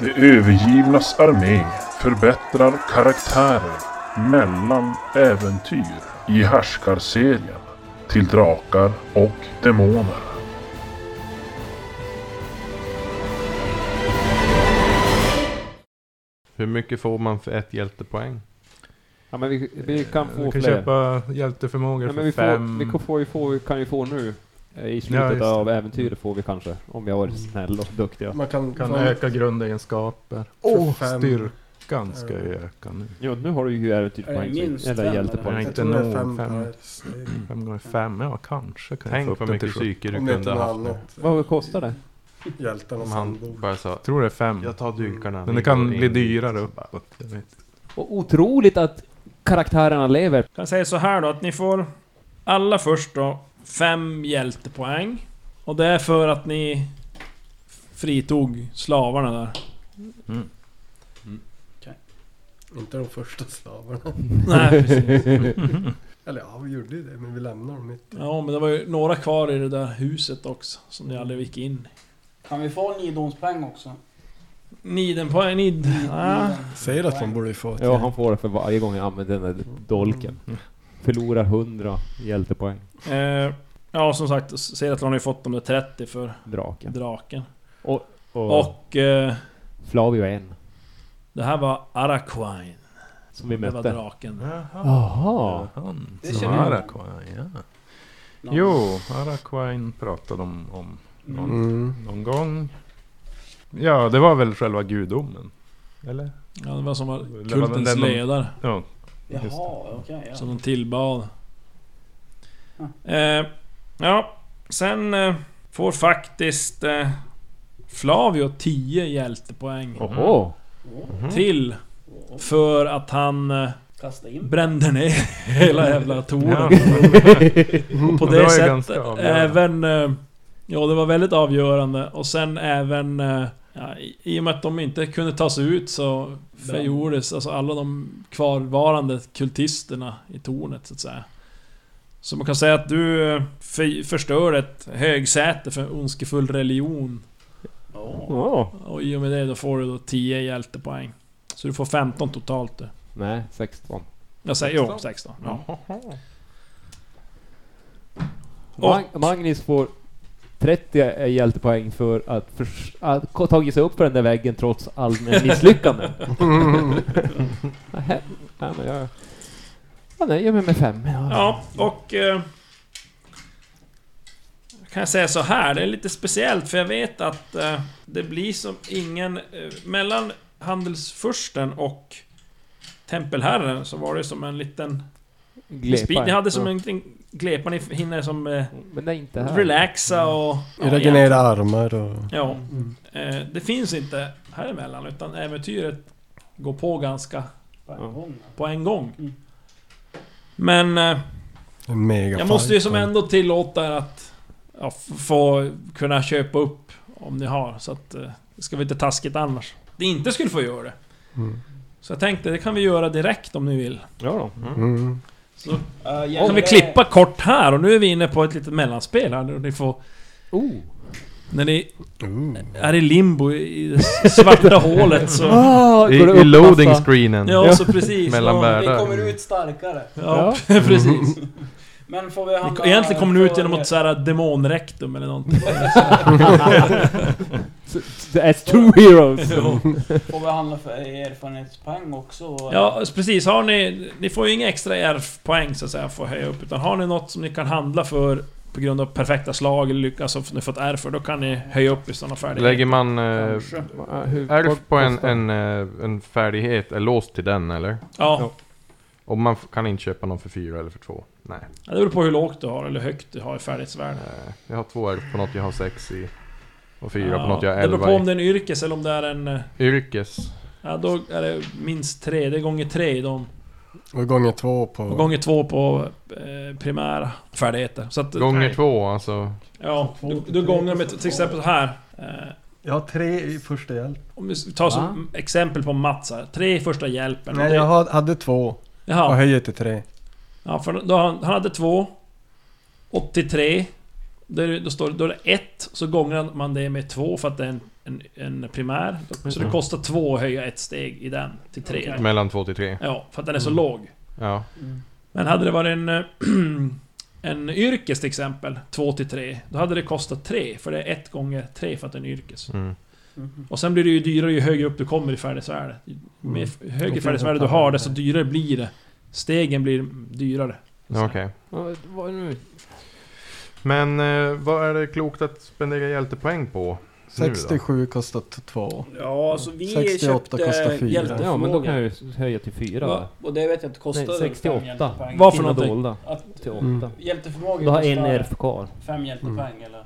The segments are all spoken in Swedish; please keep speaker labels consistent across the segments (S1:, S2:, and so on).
S1: Det övergivnas armé förbättrar karaktärer mellan äventyr i härskarserien till drakar och demoner.
S2: Hur mycket får man för ett hjältepoäng?
S3: Ja men vi, vi kan få
S4: Du Eh, kan
S3: fler.
S4: köpa hjälteförmågor för
S3: Nej, men vi,
S4: fem.
S3: får, vi kan, får ju få, kan ju få nu. eh, I
S4: Ja,
S3: slutet
S4: just det.
S3: av äventyret får vi kanske. Om vi har varit snälla och duktiga.
S5: Man kan...
S4: kan
S5: man-
S4: öka grundegenskaper.
S5: Åh,
S4: För
S5: fem.
S4: Styrkan ska ju öka nu.
S3: Jo, nu har du ju
S6: Är det
S3: äventyrspoäng.
S6: minst
S3: Eller
S6: fem,
S4: Nej,
S3: hjältepoäng.
S4: eller?
S5: Jag
S4: inte
S5: tror det är
S4: nog,
S5: fem
S4: fem.
S5: per steg.
S3: Mm.
S4: Fem gånger fem, ja kanske kan jag få
S2: Tänk
S4: upp
S2: vad
S4: den till
S2: mycket
S4: sju.
S2: psyke du
S5: Om det inte
S2: kunde
S5: är
S2: ha haft.
S5: något annat.
S3: Vad kostar det?
S5: Hjälten och
S2: Om han
S5: sandbord.
S2: bara sa
S4: Jag tror det är fem.
S2: jag tar dykarna.
S4: Mm. Men
S2: ni
S4: det kan
S2: går
S4: bli
S2: in dit."
S4: dyrare
S2: Så bara,
S4: uppåt. Jag vet.
S3: Och otroligt att karaktärerna lever.
S6: Kan säga så här då, att ni får alla först då fem hjältepoäng. Och det är för att ni fritog slavarna där.
S5: Inte de första slavarna.
S6: Nej, precis.
S5: Eller ja, vi gjorde ju det, men vi lämnade dem mitt.
S6: Ja, men det var ju några kvar i det där huset också, som ni aldrig gick in i.
S7: Kan vi få nidomspeng också?
S6: Nidenpoäng, nid... Ah.
S5: Säger att de borde få ett
S3: Ja, han får det för varje gång jag använder den där dolken.
S4: Mm.
S3: Förlorar 100 hjältepoäng.
S6: Eh, ja, som sagt, ser att han har ju fått de där 30 för
S3: Draken.
S6: draken.
S3: Och,
S6: Och eh,
S3: Flavio en.
S6: det här var Araquine.
S3: Som vi
S6: Det var
S3: mötte.
S6: draken.
S4: Jaha.
S3: Jaha.
S4: Han
S7: Det
S4: som
S7: känner jag.
S4: Araquine, ja. Jo, Araquine pratade om, om någon,
S5: Mm.
S4: någon gång. Ja, det var väl själva gudomen? Eller?
S6: Ja, det var som var
S4: var den
S6: kultens
S4: där de-
S6: ledare.
S4: Ja.
S7: Jaha,
S4: Just det.
S7: okej. ja.
S6: Som de tillbad. Eh, ja, sen eh, får faktiskt eh, Flavio 10 hjältepoäng
S3: Oho.
S6: till. För att han eh,
S7: Kasta in.
S6: brände ner hela jävla tornet. Och på
S4: Ja, det
S6: det
S4: var ju ganska
S6: sättet
S4: avgörande.
S6: även... eh, Ja, det var väldigt avgörande. Och sen även... eh, Ja, i- I och med att de inte kunde ta sig ut så förgjordes alltså alla de kvarvarande kultisterna i tornet så att säga. Så man kan säga att du eh, för, förstör ett högsäte för en ondskefull religion.
S3: Åh.
S6: Och i och med det då får du då 10 hjältepoäng. Så du får 15 totalt du.
S3: Nej, 16.
S6: Jag säger jo, 16. Ja.
S3: Mag Magnus får 30 hjältepoäng för att, förs- att ha tagit sig upp för den där väggen trots allmän misslyckande. Nähä. Nej, men jag... Jag nöjer mig med fem.
S6: Ja, och... Eh, kan jag säga så här, det är lite speciellt för jag vet att eh, det blir som ingen... Eh, mellan handelsfursten och tempelherren så var det som en liten...
S3: Glepa.
S6: Speed, ni hade som
S3: Ja.
S6: en liten glepa, ni hinner som... Eh,
S3: Men det är inte här. Mm.
S6: relaxa och... ja, egentligen-
S5: Regenerera armar och...
S6: Ja. Eh, det finns inte här emellan utan äventyret går på ganska
S7: På en gång.
S6: på en gång.
S7: Mm.
S6: Men... Eh,
S5: En mega
S6: Jag måste ju
S5: fight.
S6: som ändå tillåta er att ja, f- få kunna köpa upp om ni har. Så att eh, det ska väl inte taskigt annars. Ni inte skulle få göra det.
S5: Mm.
S6: Så jag tänkte, det kan vi göra direkt om ni vill.
S3: Ja då.
S5: Mm.
S7: Eh,
S6: Kan
S7: gäller
S6: vi
S7: det-
S6: klippa kort här och nu är vi inne på ett litet mellanspel här. När ni, får,
S3: Oh.
S2: Mm.
S6: när ni
S5: Ooh.
S6: är i limbo i det s- svarta hålet så...
S3: Ah,
S2: I,
S3: går det
S2: i
S3: upp
S2: loading
S3: massa-
S2: screenen.
S6: alltså? Ja, så precis.
S2: Mellan
S6: ja,
S7: Vi
S2: världar.
S7: kommer ut starkare.
S6: ja, precis.
S7: Men får vi hamna...
S6: Ni- Egentligen kommer ni ut
S7: på-
S6: genom ett såhär demonrektum eller någonting.
S3: S- s- As two heroes.
S7: Får vi handla för erfarenhetspoäng också?
S6: Ja, precis. Har ni, ni får ju inga extra ERF-poäng så att säga för att höja upp. Utan har ni något som ni kan handla för på grund av perfekta slag eller lycka som ni fått R för, då kan ni höja upp i sådana färdigheter.
S2: Lägger man... Eh,
S7: Kanske.
S2: Elf på en, en, eh, en färdighet är låst till den eller?
S6: Ja,
S2: Och man f- kan inte köpa någon för fyra eller för två? Nej.
S6: det beror på hur lågt du har eller hur högt du har i färdighetsvärde.
S2: Eh, Jag har två elf på något jag har sex i. Och fyra
S6: Ja,
S2: på något jag har
S6: Det beror på
S2: elva
S6: om
S2: i.
S6: det är en yrkes eller om det är en... eh,
S2: Yrkes.
S6: Ja, då är det minst tre. Det är gånger tre i dem.
S5: Och gånger två på...
S6: Och gånger två på eh, primära färdigheter. Så att...
S2: Gånger två alltså.
S6: Ja, du, du gånger med till exempel så här. Eh,
S5: Jag har tre i första hjälp.
S6: om vi tar som exempel på Mats här. Tre i första hjälpen.
S5: Ah. Nej,
S6: Det-
S5: jag ha- hade två
S6: Jaha.
S5: och höjer till tre.
S6: Ja, för då, han, han hade två 83 där, Då står det- då är det 1 Så gånger man det med 2 för att det är en en, en primär. Så det kostar två att höja ett steg i den till tre.
S2: Mellan två till tre.
S6: Ja, för att den är så låg.
S2: Ja.
S6: Men hade det varit en, eh, en yrkes till exempel, 2 till 3, då hade det kostat 3, för det är 1 gånger 3 för att det är en yrkes.
S2: Mm.
S7: Mhm.
S6: Och sen blir det ju dyrare ju högre upp du kommer i färdighetsvärde. Ju
S3: Mm.
S6: mer f- högre färdighetsvärde du har, desto dyrare blir det. Stegen blir dyrare.
S2: Okej. Men eh, vad är det klokt att spendera hjältepoäng på? Nu då?
S8: 67 kostar 2.
S7: Ja, så vi
S8: 68
S7: köpte
S8: kostar fyra.
S7: hjälteförmåga.
S3: Ja, men då kan jag ju höja till fyra.
S7: Va?
S3: Va?
S7: Och det vet jag inte,
S3: Nej,
S7: kostade det fem
S3: 68.
S7: hjältepoäng?
S6: Varför
S3: Fina
S6: någonting?
S3: dolda
S7: Att
S3: till åtta.
S8: Mm.
S7: hjälteförmåga
S3: Då har en
S7: kostar
S3: RF kvar.
S6: Mm.
S7: fem hjältepoäng eller?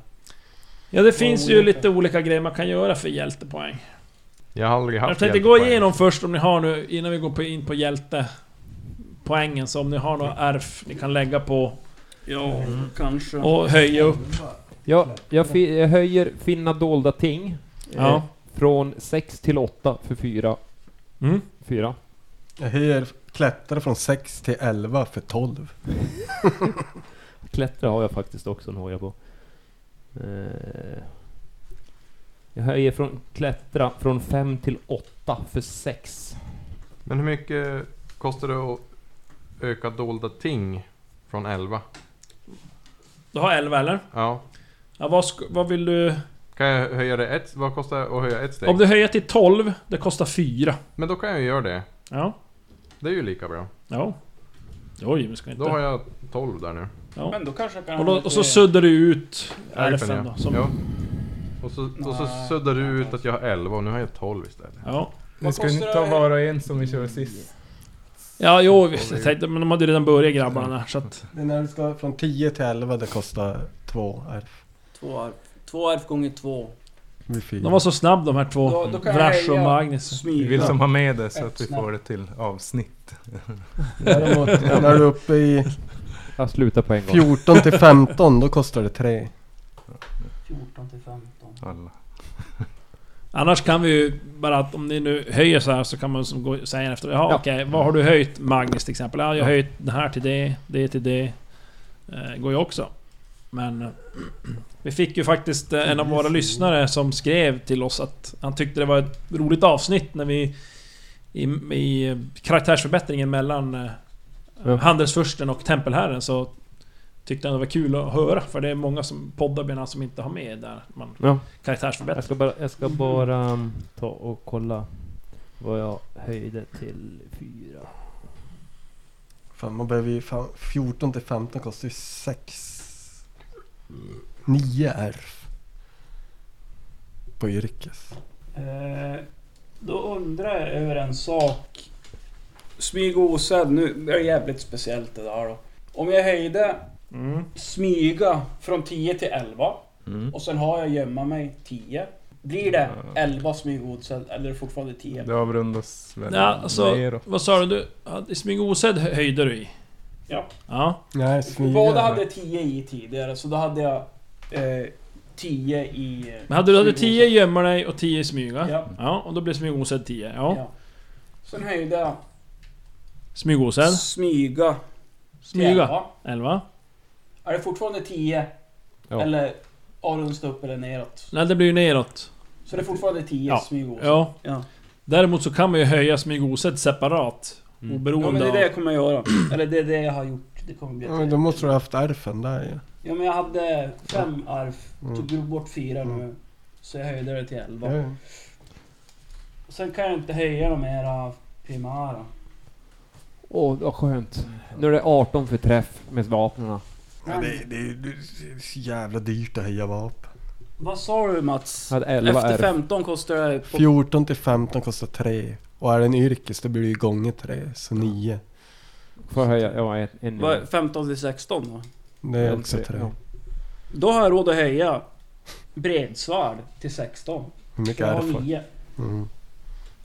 S6: Ja, det finns ju
S7: olika.
S6: lite olika grejer man kan göra för hjältepoäng.
S2: Jag har aldrig haft
S6: Jag tänkte gå
S2: hjältepoäng.
S6: igenom först om ni har nu, innan vi går på- in på hjältepoängen, så om ni har några ärf ni kan lägga på
S7: Ja, Mm. kanske.
S6: och höja upp.
S3: Ja, jag, fi- jag höjer finna dolda ting. Eh,
S6: Ja.
S3: från 6 till 8 för 4.
S6: Mm.
S3: 4.
S8: Jag höjer klättra från 6 till 11 för 12.
S3: Klättra har jag faktiskt också en hoja på. Eh, jag höjer från klättra från 5 till 8 för 6.
S2: Men hur mycket kostar det att öka dolda ting från 11?
S6: Du har 11 eller?
S2: Ja.
S6: Ja, vad, sk- vad vill du...
S2: Kan jag höja det ett? Vad kostar det att höja ett steg?
S6: Om du höjer till 12, det kostar 4.
S2: Men då kan jag ju göra det.
S6: Ja.
S2: Det är ju lika bra.
S6: Ja. Oj, vi ska inte...
S2: Då har jag 12 där nu.
S6: ja.
S7: Men då kanske jag kan
S6: och, då,
S7: ha
S6: och så
S7: lite-
S6: suddar du ut
S2: Ärfen,
S6: ärfen då. Som,
S2: ja.
S6: ja.
S2: Och så, och så
S7: Nej.
S2: suddar du ut att jag har 11 och nu har jag 12 istället.
S6: Ja.
S9: Nu ska
S7: Vad
S9: vi
S7: kostar
S9: inte ta
S7: det?
S9: var och en som vi körde sist.
S6: Ja, jo, vi- jag tänkte, men de hade ju redan börjat grabbarna där, så att...
S8: Det är när du ska från 10 till 11 det kostar 2 RF.
S7: Två arv. Två arv gånger två.
S8: Det blir fyra.
S6: De var så snabb de här två.
S7: Då- då kan jag
S6: Vrash och
S7: höja.
S6: Magnus.
S9: Vi
S7: Smyga.
S9: vill som ha med det så
S7: Ett
S9: att vi
S7: snabbt.
S9: får det till avsnitt.
S8: Däremot, när du är uppe i
S3: Jag slutar på en gång.
S8: 14 till 15 då kostar det 3.
S7: 14 till 15.
S9: Alla.
S6: Annars kan vi ju bara att om ni nu höjer så här så kan man som gå, säga efter Jaha,
S3: Ja.
S6: okej, vad har du höjt Magnus till exempel? Ja, jag har höjt den här till det, det till det. Eh, går ju också. Men... eh, Vi fick ju faktiskt eh, en av våra lyssnare som skrev till oss att han tyckte det var ett roligt avsnitt när vi... I, i karaktärsförbättringen mellan eh,
S3: Ja.
S6: Handelsfursten och Tempelherren så... Tyckte han det var kul att höra för det är många som poddar bland annat som inte har med där man...
S3: Ja.
S6: Karaktärsförbättring.
S3: Jag ska bara, jag ska bara um, ta och kolla vad jag höjde till 4.
S8: Fan man behöver ju fan, 14 till 15 kostar ju 6. 9 RF. På yrkes.
S7: Eh, då undrar jag över en sak. Smyg och osedd, nu är det jävligt speciellt det där då. Om jag höjde
S6: Mm.
S7: smyga från 10 till 11
S9: Mm.
S7: och sen har jag gömma mig 10. Blir det 11 smyg och osedd eller är det fortfarande 10?
S9: Det avrundas väl
S6: Ja, alltså,
S9: neråt.
S6: vad sa du? du? ja, I smyg osedd hö- höjde du i?
S7: Ja.
S6: Ja.
S8: Nej, smyga.
S7: Båda hade 10 i tidigare så då hade jag eh, 10 i... eh,
S6: Men hade du hade
S7: smyg och
S6: 10
S7: osedd.
S6: gömmer dig och 10 i smyga?
S7: Ja.
S6: Ja, och då blir smyg osedd 10. Ja.
S7: ja. Sen höjde jag
S6: Smyg osedd.
S7: smyga till
S6: Smyga.
S7: 11.
S6: 11.
S7: Är det fortfarande 10?
S3: Ja.
S7: Eller avrundas det upp eller neråt?
S6: Nej, det blir ju neråt.
S7: Så det är fortfarande 10
S6: Ja.
S7: smyg och osedd.
S6: Ja.
S7: Ja.
S6: Däremot så kan man ju höja smyg osedd separat.
S3: Mm.
S7: Ja
S6: Oberoende
S7: men det är det
S6: av...
S7: jag kommer göra. Eller det är det jag har gjort. Det kommer bli
S8: Ja, men då måste du ha haft RFen där ju.
S7: Ja men jag hade fem arv.
S8: Mm.
S7: Tog du bort fyra nu. Så jag höjde det till
S8: Ja.
S7: elva.
S8: ja.
S7: Sen kan jag inte höja de mera primära.
S3: Åh, vad skönt. Nu är det 18 för träff med vapnen.
S8: Men det, det, det är så jävla dyrt att höja vapen.
S7: Vad sa du Mats?
S3: Jag hade 11
S7: Efter
S3: är
S7: 15 kostar det... På...
S8: 14 till 15 kostar 3. Och är det en yrkes då blir det ju gånger 3, så 9.
S3: Får jag höja? Ja, en, en,
S7: Vad är 15 till 16 då?
S8: Det är också 3.
S3: Ja.
S7: Då har jag råd att höja bredsvärd till 16.
S8: Hur mycket
S7: För jag
S8: är
S7: har
S8: det för?
S7: 9.
S8: Mm.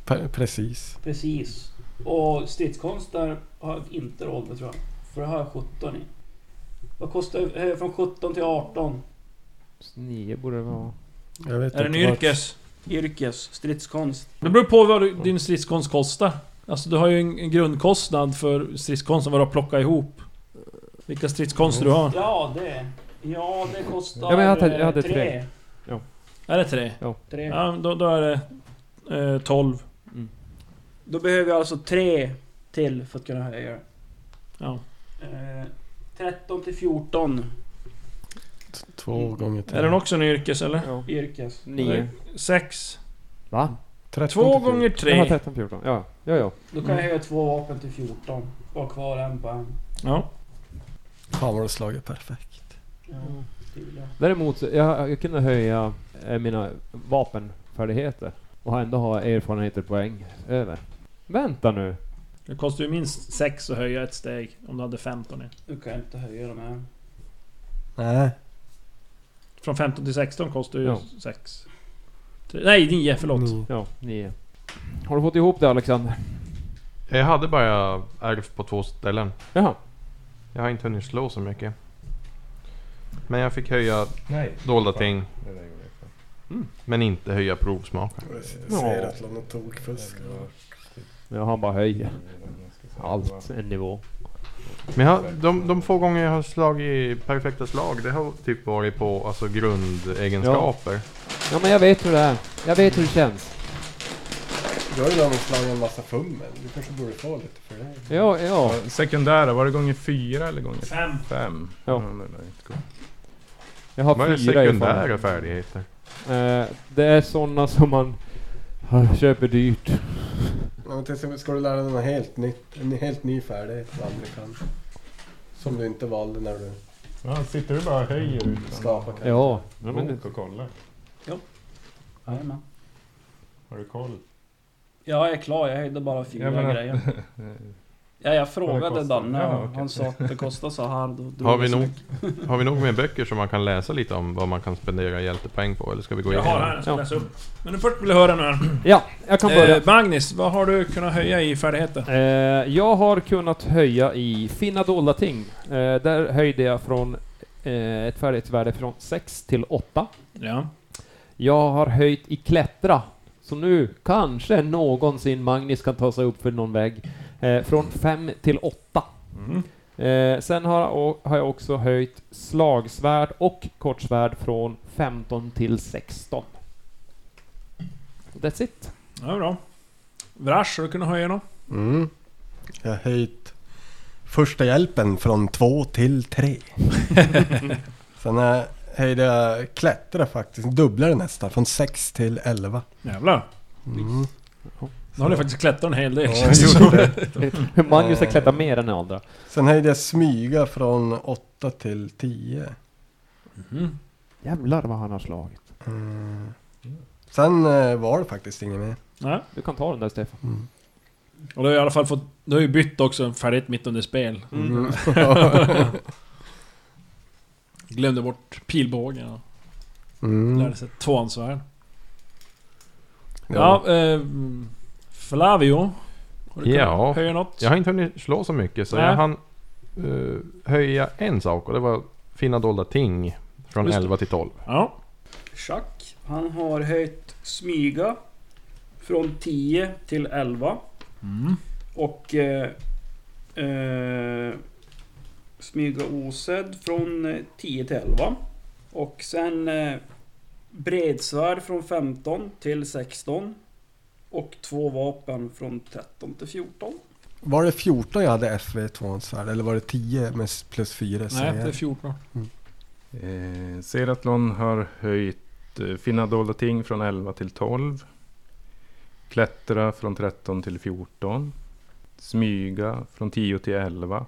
S8: Pe- Precis.
S7: Precis. Och stridskonster har jag inte råd med tror jag. För det har jag 17 i. Vad kostar höja från 17 till 18?
S3: 9 borde det vara.
S8: Jag vet
S6: Är den
S8: inte vart-
S6: yrkes?
S7: Yrkes, stridskonst.
S6: Det beror på vad du- din stridskonst kostar. Alltså du har ju en en grundkostnad för stridskonsten, vad du har plockat ihop. Vilka stridskonster du har.
S7: Ja, det... Ja, det kostar...
S3: Ja, men jag hade- jag
S7: eh,
S3: hade
S7: tre.
S3: tre. Ja.
S6: Är det tre?
S7: Tre.
S6: Ja, men då, då är det eh, 12.
S7: Då behöver jag alltså tre till för att kunna höja det.
S6: Ja.
S7: Eh, 13 till 14
S8: T- Två gånger tre.
S6: Är den också en yrkes eller?
S3: Ja.
S7: yrkes.
S3: Nio.
S6: 6.
S3: Va?
S8: 13
S6: Två
S8: till
S6: gånger
S3: Jaha,
S6: 3.
S3: 13, 14. Ja, ja, ja.
S7: Då kan jag höja två vapen till 14. Och ha kvar en på en.
S6: Ja.
S8: fjorton. Fan vad du slagit perfekt.
S7: Ja, tydligen.
S3: Däremot, så- jag, jag kunde höja eh, mina vapenfärdigheter och ändå ha erfarenheter poäng över. Vänta nu.
S6: Det kostar ju minst 6 att höja ett steg om du hade 15 i.
S7: Nu kan jag inte höja dem än.
S8: Nej.
S6: Från 15 till 16 kostar ju
S3: Ja.
S6: 6. Nej, 9 förlåt.
S5: Mm.
S8: Ni-
S3: Ja, nio. Har du fått ihop det Alexander?
S2: Jag hade bara ärvt på två ställen.
S3: Jaha.
S2: Jag har inte hunnit slå så mycket. Men jag fick höja
S9: Nej.
S2: dolda ting,
S9: Det där gjorde jag fan.
S2: men inte höja provsmakare.
S5: Jag
S3: Ja.
S5: ser att Lanne tog fusk.
S3: Ja, han bara höjer. Allt en nivå.
S2: Men jag, har- de, de få gånger jag har slagit perfekta slag, det har typ varit på alltså, grundegenskaper.
S3: Ja, men jag vet hur det är. Jag vet hur det känns.
S5: Jag har ju redan slagit en massa fummel. Du kanske borde få lite för det.
S3: Ja, ja.
S9: Ja, Sekundära, var det gånger fyra eller gånger fem? 5.
S3: Ja.
S9: det där är inte coolt.
S3: Jag har
S2: Vad är
S3: fyra
S2: sekundära
S3: erfarenheter.
S2: färdigheter?
S3: Eh, det är sådana som man ah, köper dyrt.
S5: Ja, men till exempel ska du lära dig något helt nytt. En helt ny färdighet du aldrig kan. Som du inte valde när du
S9: Ja, sitter du bara och höjer utan
S5: skapade.
S3: Ja. ja men det,
S9: bok och kollar?
S7: Jajamän.
S9: Har du koll?
S7: Ja, jag är klar. Jag höjde bara fyra
S9: Jag menar-
S7: grejer. Ja, jag
S9: Vad det
S7: frågade
S9: kostar.
S7: Danne.
S9: Ja,
S7: och
S9: okej.
S7: Han sa att det kostar så här. Då drog
S2: Har vi,
S7: jag så
S2: nog,
S7: mycket.
S2: har vi nog med böcker som man kan läsa lite om vad man kan spendera hjältepoäng på? Eller ska vi gå
S6: Jag har
S2: igenom?
S6: här, jag ska
S3: Ja.
S6: läsa upp. Men nu först vill jag höra nu här.
S3: ja, jag kan börja.
S6: Eh, Magnus, vad har du kunnat höja i färdigheter?
S3: Eh, jag har kunnat höja i finna dolda ting. Eh, där höjde jag från eh, ett färdighetsvärde från 6 till 8.
S6: Ja.
S3: Jag har höjt i klättra. Så nu kanske någonsin Magnus kan ta sig upp för någon vägg. Eh, från 5 till 8.
S6: Mm.
S3: Eh, sen har, jag å- har jag också höjt slagsvärd och kortsvärd från 15 till 16. That's it.
S6: Ja, bra. Vrash, har du kunnat höja något?
S8: Mm. Jag har höjt första hjälpen från två till tre. Sen eh, höjde jag klättra faktiskt, dubblade nästan, från sex till elva.
S6: Jävlar.
S8: Mm.
S6: Nu har ni faktiskt klättrat en hel del.
S8: Ja, jag gjorde det.
S3: Magnus har klättrat mer än andra.
S8: Sen höjde jag smyga från åtta till tio.
S6: Mm.
S3: Jävlar vad han har slagit.
S8: Mm. Sen eh, var det faktiskt inget mer.
S6: Ja.
S3: Du kan ta den där Stefan.
S6: Och du har i alla fall fått... Du har ju bytt också en färdighet mitt under spel.
S8: Mm.
S6: Glömde bort pilbågen och
S8: Mm.
S6: lärde sig tvåansvärd.
S8: Ja.
S6: Ja, eh, Flavio. Har du kunnat
S2: Ja.
S6: höja något?
S2: Jag har inte hunnit slå så mycket så
S6: Nej.
S2: jag hann eh, höja en sak och det var finna dolda ting från
S6: Just det.
S2: 11 till 12.
S6: Ja.
S7: Schack. Han har höjt smyga. Från 10 till 11.
S6: Mm.
S7: Och... Eh, eh, smyga osedd från eh, 10 till 11. Och sen... Eh, bredsvärd från 15 till 16. Och två vapen från 13 till 14.
S8: Var det 14 jag hade FV 2 svärd eller var det 10 med s- plus 4
S6: Nej, det är
S8: CR?
S6: 14.
S9: Eh, Seratlon har höjt eh, finna dolda ting från 11 till 12. Klättra från 13 till 14. Smyga från 10 till 11.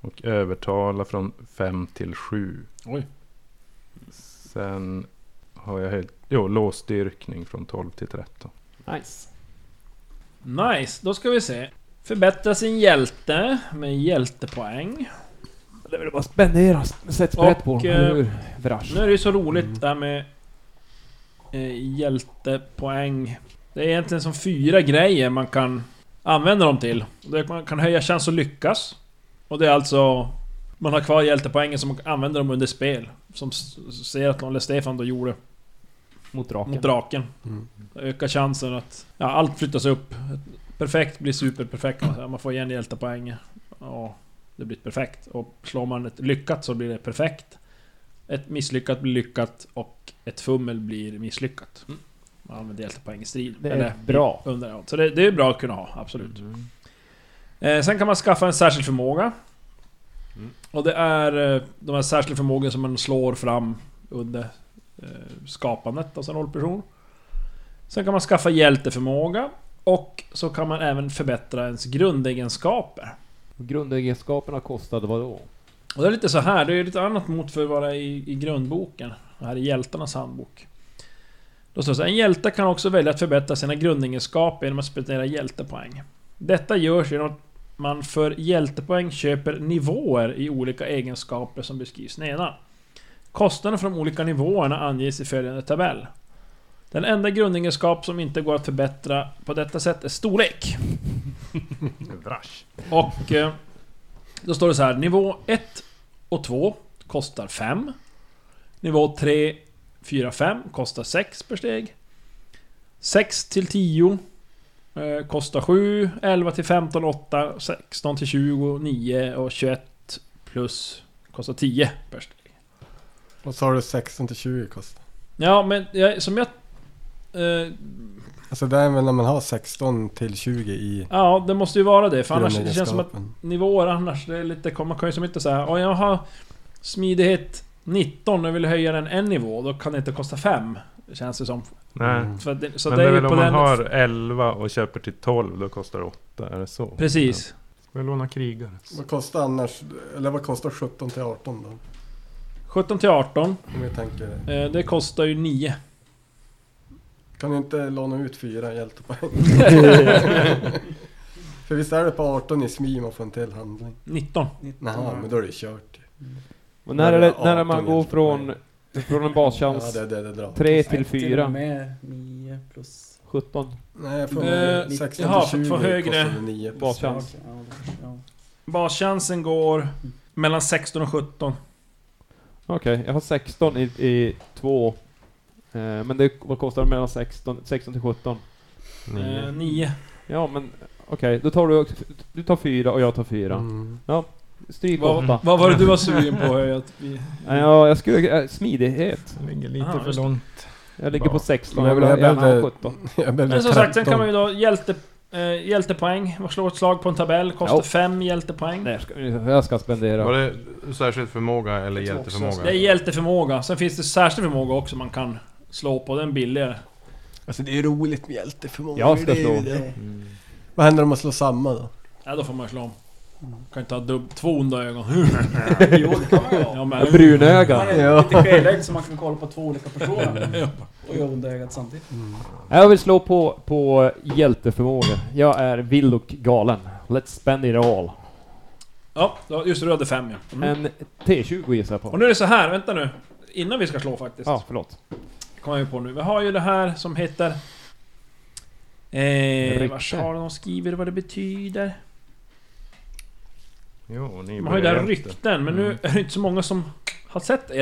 S9: Och övertala från 5 till 7.
S6: Oj.
S9: Sen har jag höjt, jo, låsstyrkning från 12 till 13.
S3: Nice.
S6: Nice, då ska vi se. Förbättra sin hjälte med hjältepoäng.
S3: Det vill bara spenderas. Sätt
S6: Och,
S3: sprätt på.
S6: eh,
S3: Eller hur? Vrash.
S6: Nu är det ju så roligt det här med eh, hjältepoäng. Det är egentligen som fyra grejer man kan använda dem till. Det- Man kan höja chans att lyckas. Och det är alltså... Man har kvar hjältepoängen som man använder dem under spel. Som s- ser att någon, eller Stefan då gjorde
S3: Mot draken.
S6: mot draken.
S8: Mm.
S6: Ökar chansen att... Ja, allt flyttas upp. Perfekt blir superperfekt kan man säga. Man får igen hjältepoäng. Ja, det blir perfekt. Och slår man ett lyckat så blir det perfekt. Ett misslyckat blir lyckat och ett fummel blir misslyckat. Man använder hjältepoäng i strid.
S3: Mm. Det är
S6: eller
S3: bra.
S6: Under, ja. så det, det är bra att kunna ha, absolut. Eh, sen kan man skaffa en särskild förmåga. Och det är eh, de här särskilda förmågorna som man slår fram under eh, skapandet av sin rollperson. Sen kan man skaffa hjälteförmåga. Och så kan man även förbättra ens grundegenskaper.
S3: Grundegenskaperna kostade vad då?
S6: Och det är lite så här, det är lite annat mot för vad det är i, i grundboken. Det här är hjältarnas handbok. Då står det så här, en hjälte kan också välja att förbättra sina grundegenskaper genom att spendera hjältepoäng. Detta görs genom att man för hjältepoäng köper nivåer i olika egenskaper som beskrivs nedan. Kostnaden för de olika nivåerna anges i följande tabell. Den enda grundegenskap som inte går att förbättra på detta sätt är storlek. Och... Eh, då står det så här, nivå 1 och 2 kostar 5. Nivå 3, 4, 5 kostar 6 per steg. 6 till 10 eh, kostar 7, 11 till 15, 8, 16 till 20, 9 och 21 plus kostar 10 per steg.
S8: Och så har du 16 till 20 kostar.
S6: Ja, men jag, som jag... Eh,
S8: Alltså det är väl när man har 16 till 20 i
S6: ja, det måste ju vara det, för annars det känns som att
S8: grundegenskapen.
S6: nivåer annars. Det är lite, man kan ju som inte säga Åh jag har smidighet 19 och vill höja den en nivå. Då kan det inte kosta 5. Känns det som.
S9: Nej.
S8: Mm.
S6: För att det, så
S9: Men
S6: det är
S9: väl
S6: ju på
S9: om man
S6: den...
S9: har 11 och köper till 12, då kostar det 8. Är det så?
S6: Precis.
S9: Får jag låna krigare?
S8: Vad kostar annars, eller vad kostar 17 till 18 då?
S6: 17 till 18.
S8: Om vi tänker det.
S6: Eh, det kostar ju 9.
S8: Kan du inte låna ut fyra hjältepoäng? För visst är det på 18 i SMI man får en till handling?
S6: 19.
S8: Naha, men då är det kört ju.
S3: Och när,
S8: När
S3: är det,
S8: det är
S3: när man
S8: 18
S3: går
S8: hjälper
S3: från,
S8: mig.
S3: från en
S8: Ja,
S3: baschans
S8: det är det det drar.
S3: 3 till
S7: och
S3: 4,
S7: med 9 plus...
S3: 17.
S8: Nej, från
S6: Eh,
S8: 16
S6: jaha, för-
S8: till 20
S6: för högre
S8: kostar det 9 plus.
S3: baschans. Chans.
S7: Ja, okej, ja, det-
S6: Baschansen går mellan 16 och 17.
S3: Okej, jag har 16 i, i 2. Eh, men det, vad kostar det mellan 16, 16 till 17?
S6: Eh, 9.
S3: Ja, men okej, då tar du, också- du tar 4 och jag tar 4.
S8: Mm.
S3: Stryk 8.
S6: Vad, vad var det du var sugen på Höjat? Vi-
S3: Ja, jag skulle, eh, smidighet.
S9: Ligger lite
S6: Ah,
S9: för
S6: just
S9: långt.
S3: Jag ligger på 16,
S8: Ja,
S3: jag vill ha
S8: men jag
S3: jag vill ha
S8: behövde-
S3: 17.
S8: Jag behöver
S6: Men som sagt, sen kan man
S8: 13.
S6: ju då hjälte, eh, hjältepoäng. Man slår ett slag på en tabell. Kostar
S3: Jo.
S6: 5 hjältepoäng.
S3: Nej, jag ska, jag ska
S2: Var
S3: spendera.
S2: det särskild förmåga eller
S7: Jag tror också
S2: hjälteförmåga?
S6: Det är hjälteförmåga. Sen finns det särskild förmåga också man kan slå på. Den är billigare.
S8: Alltså det är roligt med hjälteförmågor.
S3: Jag ska
S8: det är ju
S3: slå.
S8: det. Vad händer om man slår samma då?
S6: Ja, då får man slå om.
S3: Mm.
S6: Kan inte ha dubb, två onda ögon.
S7: Jo, det kan man ju
S6: ja,
S7: ha.
S6: men,
S8: Mm.
S7: Man
S3: Brunöga.
S7: är lite skelögd så man kan kolla på två olika personer. Och göra onda ögat samtidigt.
S8: Mm.
S3: Jag vill slå på, på hjälteförmåga. Jag är vild och galen. Let's spend it all.
S6: ja, då- just det, du hade fem ja. Mm.
S3: En T20 gissar jag
S6: Och
S3: på.
S6: nu är det så här, vänta nu. Innan vi ska slå faktiskt.
S3: Ja, förlåt.
S6: Kommer jag ju på nu. Vi har ju det här som heter... Eh,
S3: Rykte.
S6: vad har de skriver vad det betyder?
S9: Jo, ni
S6: Man har ju det här
S9: börjar efter.
S6: rykten, men
S3: Mm.
S6: nu är det inte så många som har sett ert...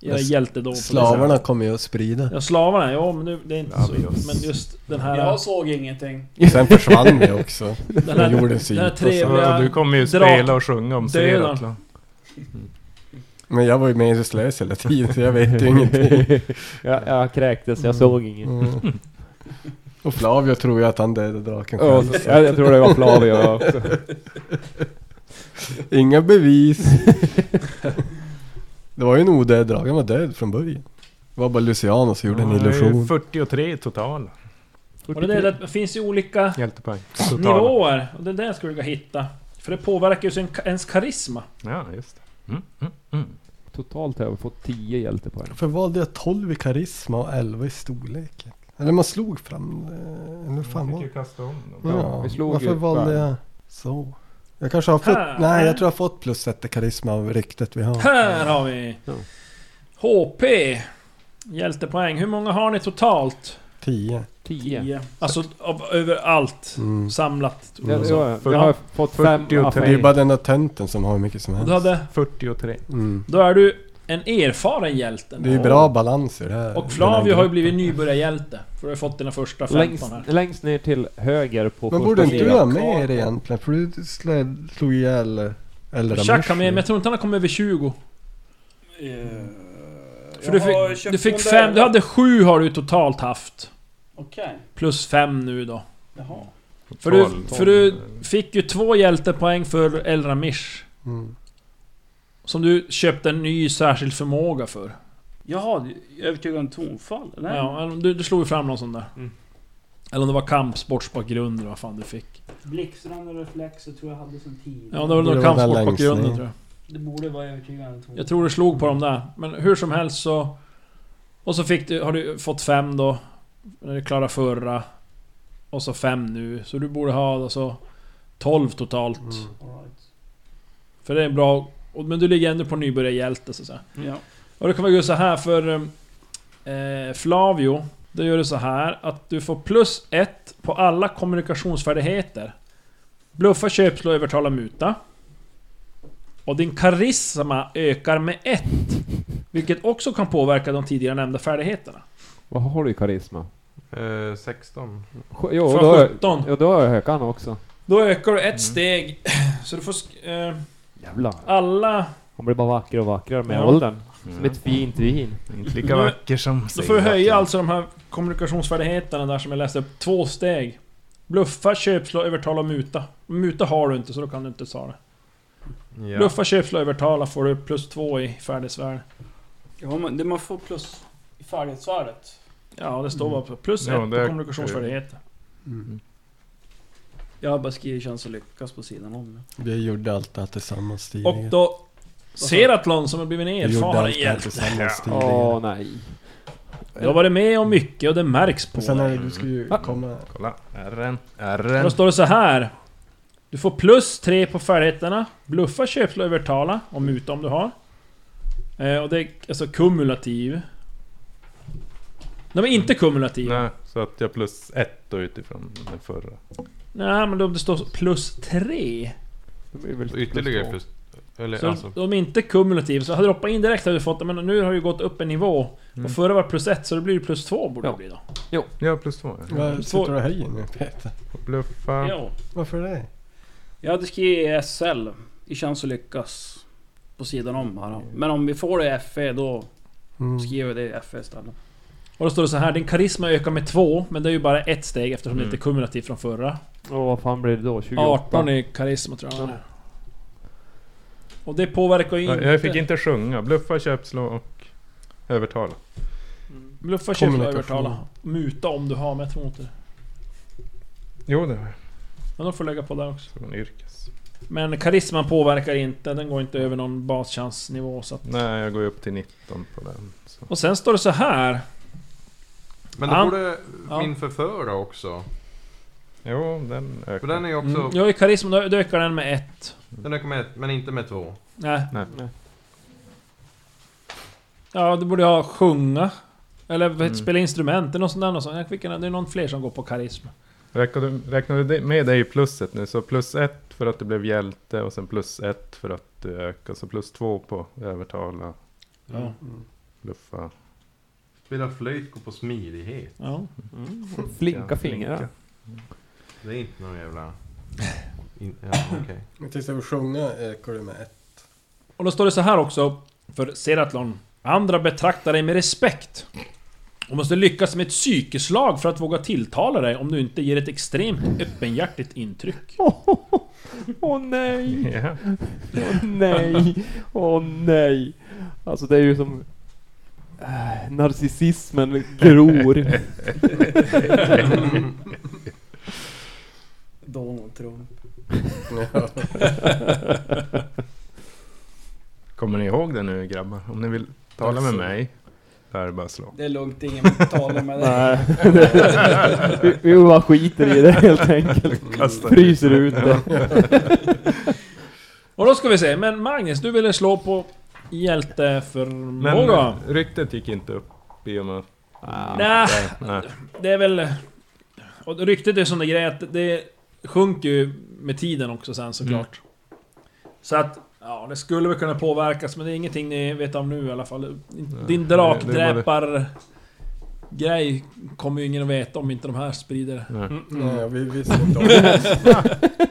S6: Era
S8: Jag s-
S6: hjältedåd. på det sättet.
S8: Slavarna kommer ju att sprida.
S6: Ja, slavarna. Ja, men det, det är inte så...
S9: Labios.
S6: Men just den här...
S7: Jag såg ingenting.
S8: Sen försvann vi också.
S6: Den här,
S8: Från jordens
S6: den här
S8: yta, så-
S9: Ja,
S6: trevliga...
S9: du kommer ju
S6: drak-
S9: spela och sjunga om
S6: döden.
S9: Seratlan.
S8: Men jag var ju meningslös hela tiden så jag vet ju ingenting.
S3: jag, jag kräktes, jag såg inget.
S8: Mm. Och Flavio tror ju att han dödade draken
S3: Ja,
S8: själv.
S3: jag, jag tror det var Flavio också.
S8: Inga bevis. det var ju en odöd drake, han var död från början. Det var bara Luciano som gjorde en
S9: Ja, det är ju
S8: illusion.
S9: 43 totala
S6: Och det, är det, att det finns ju olika
S9: hjältepoäng. Totala.
S6: nivåer. Och det är det jag skulle vilja hitta. För det påverkar ju sin, ens karisma.
S9: Ja, just det. Mm, mm, mm.
S3: Totalt har jag fått 10 hjältepoäng.
S8: För valde jag 12 i karisma och 11 i storlek? Eller man slog fram det, eller hur fan
S9: Jag
S8: var
S9: fick
S8: det?
S9: ju kasta om dem.
S8: Ja,
S3: vi slog
S8: varför
S3: ju
S8: valde
S3: fram.
S8: jag så? Jag kanske har fått...
S6: Här.
S8: Nej, jag tror jag har fått plus ett i karisma av ryktet vi har.
S6: Här har vi...
S3: Ja.
S6: HP. Hjältepoäng. Hur många har ni totalt?
S8: 10.
S3: 10.
S6: Tio. Alltså av, överallt.
S8: Mm.
S6: Samlat.
S3: Ja,
S8: Mm.
S3: ja, jag har fått 5
S9: 43.
S8: Det är ju
S3: affärer.
S8: bara den där tönten som har hur mycket som
S6: Och
S8: helst.
S6: du hade,
S9: 43.
S8: Mm.
S6: då är du en erfaren hjälte.
S8: Det är ju bra balans i det här.
S6: Och Flavio har ju blivit nybörjarhjälte. För du har ju fått dina första 15
S3: Längst,
S6: här.
S3: längst ner till höger på
S8: Men
S3: första
S8: borde inte du
S3: sidan.
S8: ha med er egentligen? För du slä- slog ihjäl... Eller
S6: Chuck har med, men jag tror inte han har kommit över 20.
S7: Eh,
S6: För
S7: jag
S6: du
S7: har
S6: fick,
S7: köpt
S6: du fick
S7: de där-
S6: fem, du hade sju har du totalt haft.
S7: Okej,
S6: Plus fem nu då.
S7: jaha.
S6: För du, för du fick ju två hjältepoäng för Elramish.
S8: Mm.
S6: Som du köpte en ny särskild förmåga för.
S7: Jaha, övertygande tonfall? eller?
S6: Ja, eller om du, du slog ju fram någon sån där.
S2: Mm.
S6: Eller om det var kampsportsbakgrund eller vad fan du fick.
S7: Blixtrande reflexer tror jag hade som tid.
S6: Ja, det var
S8: Borde
S6: nog
S8: vara där längst
S6: kampsportsbakgrunden
S8: ner.
S6: tror jag.
S7: Det borde vara övertygande tonfall.
S6: Jag tror du slog på dem där. Men hur som helst så... Och så fick du, har du fått fem då. När du klarade förra. Och så fem nu. Så du borde ha alltså... 12 totalt.
S7: Mm. All right.
S6: För det är en bra... och- Men du ligger ändå på nybörjarhjälte så att säga.
S7: Ja.
S6: Och det kan vi göra så här för... eh, Flavio, då gör du så här att du får plus ett på alla kommunikationsfärdigheter. Bluffa, köpslå, övertala, muta. Och din karisma ökar med ett. Vilket också kan påverka de tidigare nämnda färdigheterna.
S3: Vad har du i karisma?
S2: Eh, 16.
S3: Sj- Jo,
S6: Från
S3: då, har jag-
S6: 17.
S3: jo, då har jag hökan också.
S6: Då ökar du ett steg. Så du får... sk- eh,
S3: Jävlar.
S6: alla...
S3: Hon blir bara vackrare och vackrare med
S6: Ja.
S3: åldern. Som
S9: Mm.
S3: ett fint vin.
S9: Inte lika vacker som
S6: Då får du
S9: Serat.
S6: höja alltså de här kommunikationsfärdigheterna där som jag läste upp. Två steg. Bluffa, köpslå, övertala och muta. Muta har du inte så då kan du inte ta det.
S2: Ja.
S6: Bluffa, köpslå, övertala får du plus två i färdighetsvärde.
S7: ja, men det man får plus i färdighetsvärdet.
S6: Ja, det står bara på plus
S9: Ja,
S6: ett
S9: det
S6: på
S9: är-
S6: kommunikationsfärdigheter.
S7: Jag har bara skrivit chans att lyckas på sidan om.
S8: Vi gjorde allt det här tillsammans
S6: Och
S8: tidigare.
S6: då... Seratlon som har blivit en
S8: Vi gjorde allt
S6: erfaren
S8: det här
S6: hjälte.
S8: tillsammans
S3: Åh
S8: tidigare.
S3: nej.
S6: Du har varit med om mycket och det märks på
S8: Och sen är
S6: dig.
S8: det, du ska ju komma...
S9: Kolla, R'n,
S6: Då
S9: R'n.
S6: står det så här. Du får plus tre på färdigheterna. Bluffa, köpslå, övertala och muta om du har. Eh, och det är alltså kumulativ. De är inte kumulativa. Nej.
S9: Nej, så att jag plus ett då utifrån den förra.
S6: men om det står plus tre.
S3: Det blir väl
S2: Så ytterligare
S3: plus
S2: plus... Eller
S6: Så
S2: alltså...
S6: de är inte kumulativa. Så hade du hoppat in direkt hade du fått det, men nu har du gått upp en nivå.
S8: Mm.
S6: Och förra var plus ett, så det blir plus två borde
S3: Ja.
S6: det bli då.
S9: Ja, plus två. ja.
S8: Vad sitter du och höjer nu Peter?
S9: Bluffa.
S7: Ja.
S8: Varför det?
S7: Jag hade skrivit SL i chans att lyckas. På sidan om här. då. Men om vi får det i FE då
S8: Mm.
S7: skriver jag det i FE istället.
S6: Och då står det så här. Din karisma ökar med två, men det är ju bara ett steg eftersom
S9: Mm.
S6: det inte är kumulativt från förra.
S3: Åh vad fan blir det då? 28?
S6: 18 i karisma tror jag. Och det påverkar ju
S9: Nej,
S6: inte...
S9: Jag fick inte sjunga. Bluffa, köpslå och övertala.
S6: Bluffa, köpslå,
S8: Kommunikation.
S6: övertala. Muta om du har, men jag tror inte det.
S9: Jo, det har jag.
S6: Men de får lägga på där också.
S9: Från yrkes.
S6: Men karisman påverkar inte, den går inte över någon baschansnivå. Så att...
S9: Nej, jag går ju upp till 19 på den. Så.
S6: Och sen står det så här.
S2: Men då
S6: Ja.
S2: borde
S6: Ja.
S2: min förföra också.
S9: Jo, den ökar.
S2: För den är ju också...
S6: Mm. Ja, i karisma då då ökar den med ett.
S2: Den ökar med ett, men inte med två.
S6: Nej.
S9: Nej.
S3: Nej.
S6: Ja, du borde ha sjunga. Eller vad heter-
S9: Mm.
S6: spela instrument, eller något sånt där. Något sånt. Jag fick en- Det är någon fler som går på karisma.
S9: Räknar du, räknar du det- med dig i plusset nu? Så plus ett för att du blev hjälte och sen plus ett för att du ökar. Så plus två på övertala,
S6: Ja.
S7: Mm.
S9: bluffa.
S2: Spela flöjt går på smidighet.
S6: ja.
S3: Mm. Flinka fingrar.
S2: Det är inte någon jävla... In... Ja, okej.
S8: Men Tills jag vill sjunga ökar du med ett.
S6: Och då står det så här också för Seratlon. Andra betraktar dig med respekt. Och måste lyckas med ett psykeslag för att våga tilltala dig om du inte ger ett extremt öppenhjärtigt intryck.
S3: Åh nej!
S9: Ja.
S3: Åh nej! Åh nej! Alltså det är ju som... Äh, narcissismen gror.
S7: Donald Trump.
S9: Kommer ni ihåg det nu grabbar? Om ni vill tala med mig, där är det bara att slå.
S7: Det är lugnt, ingen talar med dig.
S3: Nej. vi, vi bara skiter i det helt enkelt.
S9: Kasta
S3: Fryser ut det.
S6: Och då ska vi se, men Magnus, du ville slå på
S9: Men
S6: hjälteförmåga?
S9: ryktet gick inte upp i och med att...
S6: Nej,
S9: Nej.
S6: det är väl... Och ryktet är sån där grej att det sjunker ju med tiden också sen såklart.
S9: Mm.
S6: Så att... Ja, det skulle väl kunna påverkas men det är ingenting ni vet om nu i alla fall. Din
S9: det- det är bara-
S6: drakdräpar... grej kommer ju ingen att veta om inte de här sprider det.
S9: Nej.
S5: Nej, vi visste inte om det.
S6: Ja,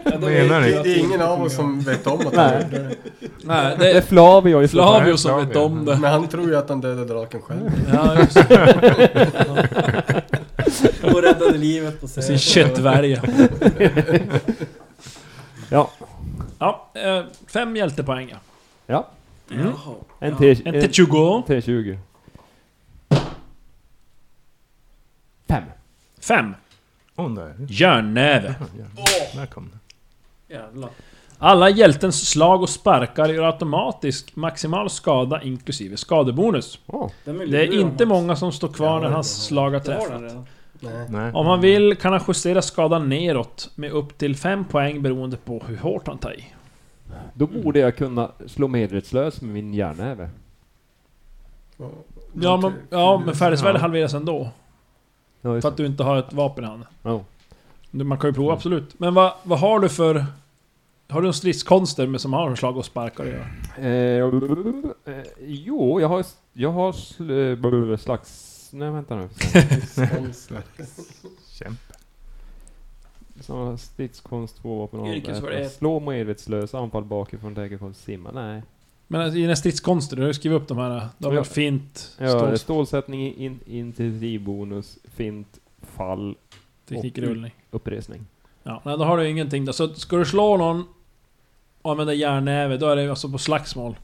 S6: de
S9: Menar
S6: vet
S9: ni?
S6: ju
S5: Det
S6: att
S5: det är
S6: inte
S5: ingen av
S6: kommer
S5: oss
S6: att-
S5: som vet om att
S3: Nej.
S5: han gjorde det.
S6: Nej,
S3: Det
S6: det
S3: är
S6: är
S3: Flavio i så fall.
S6: Flavio som
S9: Flavio.
S6: vet om det.
S5: Men han tror ju att han dödade draken själv.
S6: Ja, just det.
S7: Och räddade livet på sig.
S6: Sin köttvärja.
S3: Ja.
S6: Ja, eh, fem hjältepoäng ja.
S3: Ja. Mm.
S7: Jaha.
S3: En
S7: Ja.
S3: till...
S6: En till 20.
S3: en till 20. Fem.
S6: Fem.
S9: Åh, där.
S6: Järnnäve.
S9: Ja, jävlar. Där kom den.
S7: Jävlar.
S6: Alla hjältens slag och sparkar gör automatisk maximal skada inklusive skadebonus.
S7: Den vill
S6: Det
S7: ju
S6: är
S7: du ha,
S6: inte
S7: Mats.
S6: många som står kvar när hans slag har
S7: Det har den
S6: träffat.
S7: redan.
S5: Nej.
S9: Nej.
S6: Om han vill kan han justera skadan neråt med upp till 5 poäng beroende på hur hårt han tar i.
S3: Då borde jag kunna slå medvetslös med min järnnäve.
S6: Ja men, ja, men färdighetsvärdet halveras ändå.
S3: Ja, just
S6: För att du inte har ett vapen i handen.
S3: Ja.
S6: Du- Man kan ju prova absolut. Men vad, vad har du för... Har du en stridskonster med som har slag och sparkar att göra?
S3: Eh, eh, jo, jag har, jag har sl, blablabla, slags... Nej, vänta nu.
S8: typ
S9: Kämpa.
S3: Sådana stridskonst, två vapen och
S7: Yrkesvärde
S3: avväpnas.
S7: ett.
S3: Slå medvetslös, anfall bakifrån, lägerkoll, simma. Nej.
S6: Men alltså, i dina stridskonster, du har ju skrivit upp de här. Det har
S3: Ja.
S6: varit fint,
S3: Ja,
S6: stål,
S3: stålsättning, in, intensivbonus, fint, fall,
S6: teknikrullning.
S3: uppresning.
S6: Ja, nej, då har du ingenting då. Så ska du slå någon och använda järnnäve, då är det alltså på slagsmål.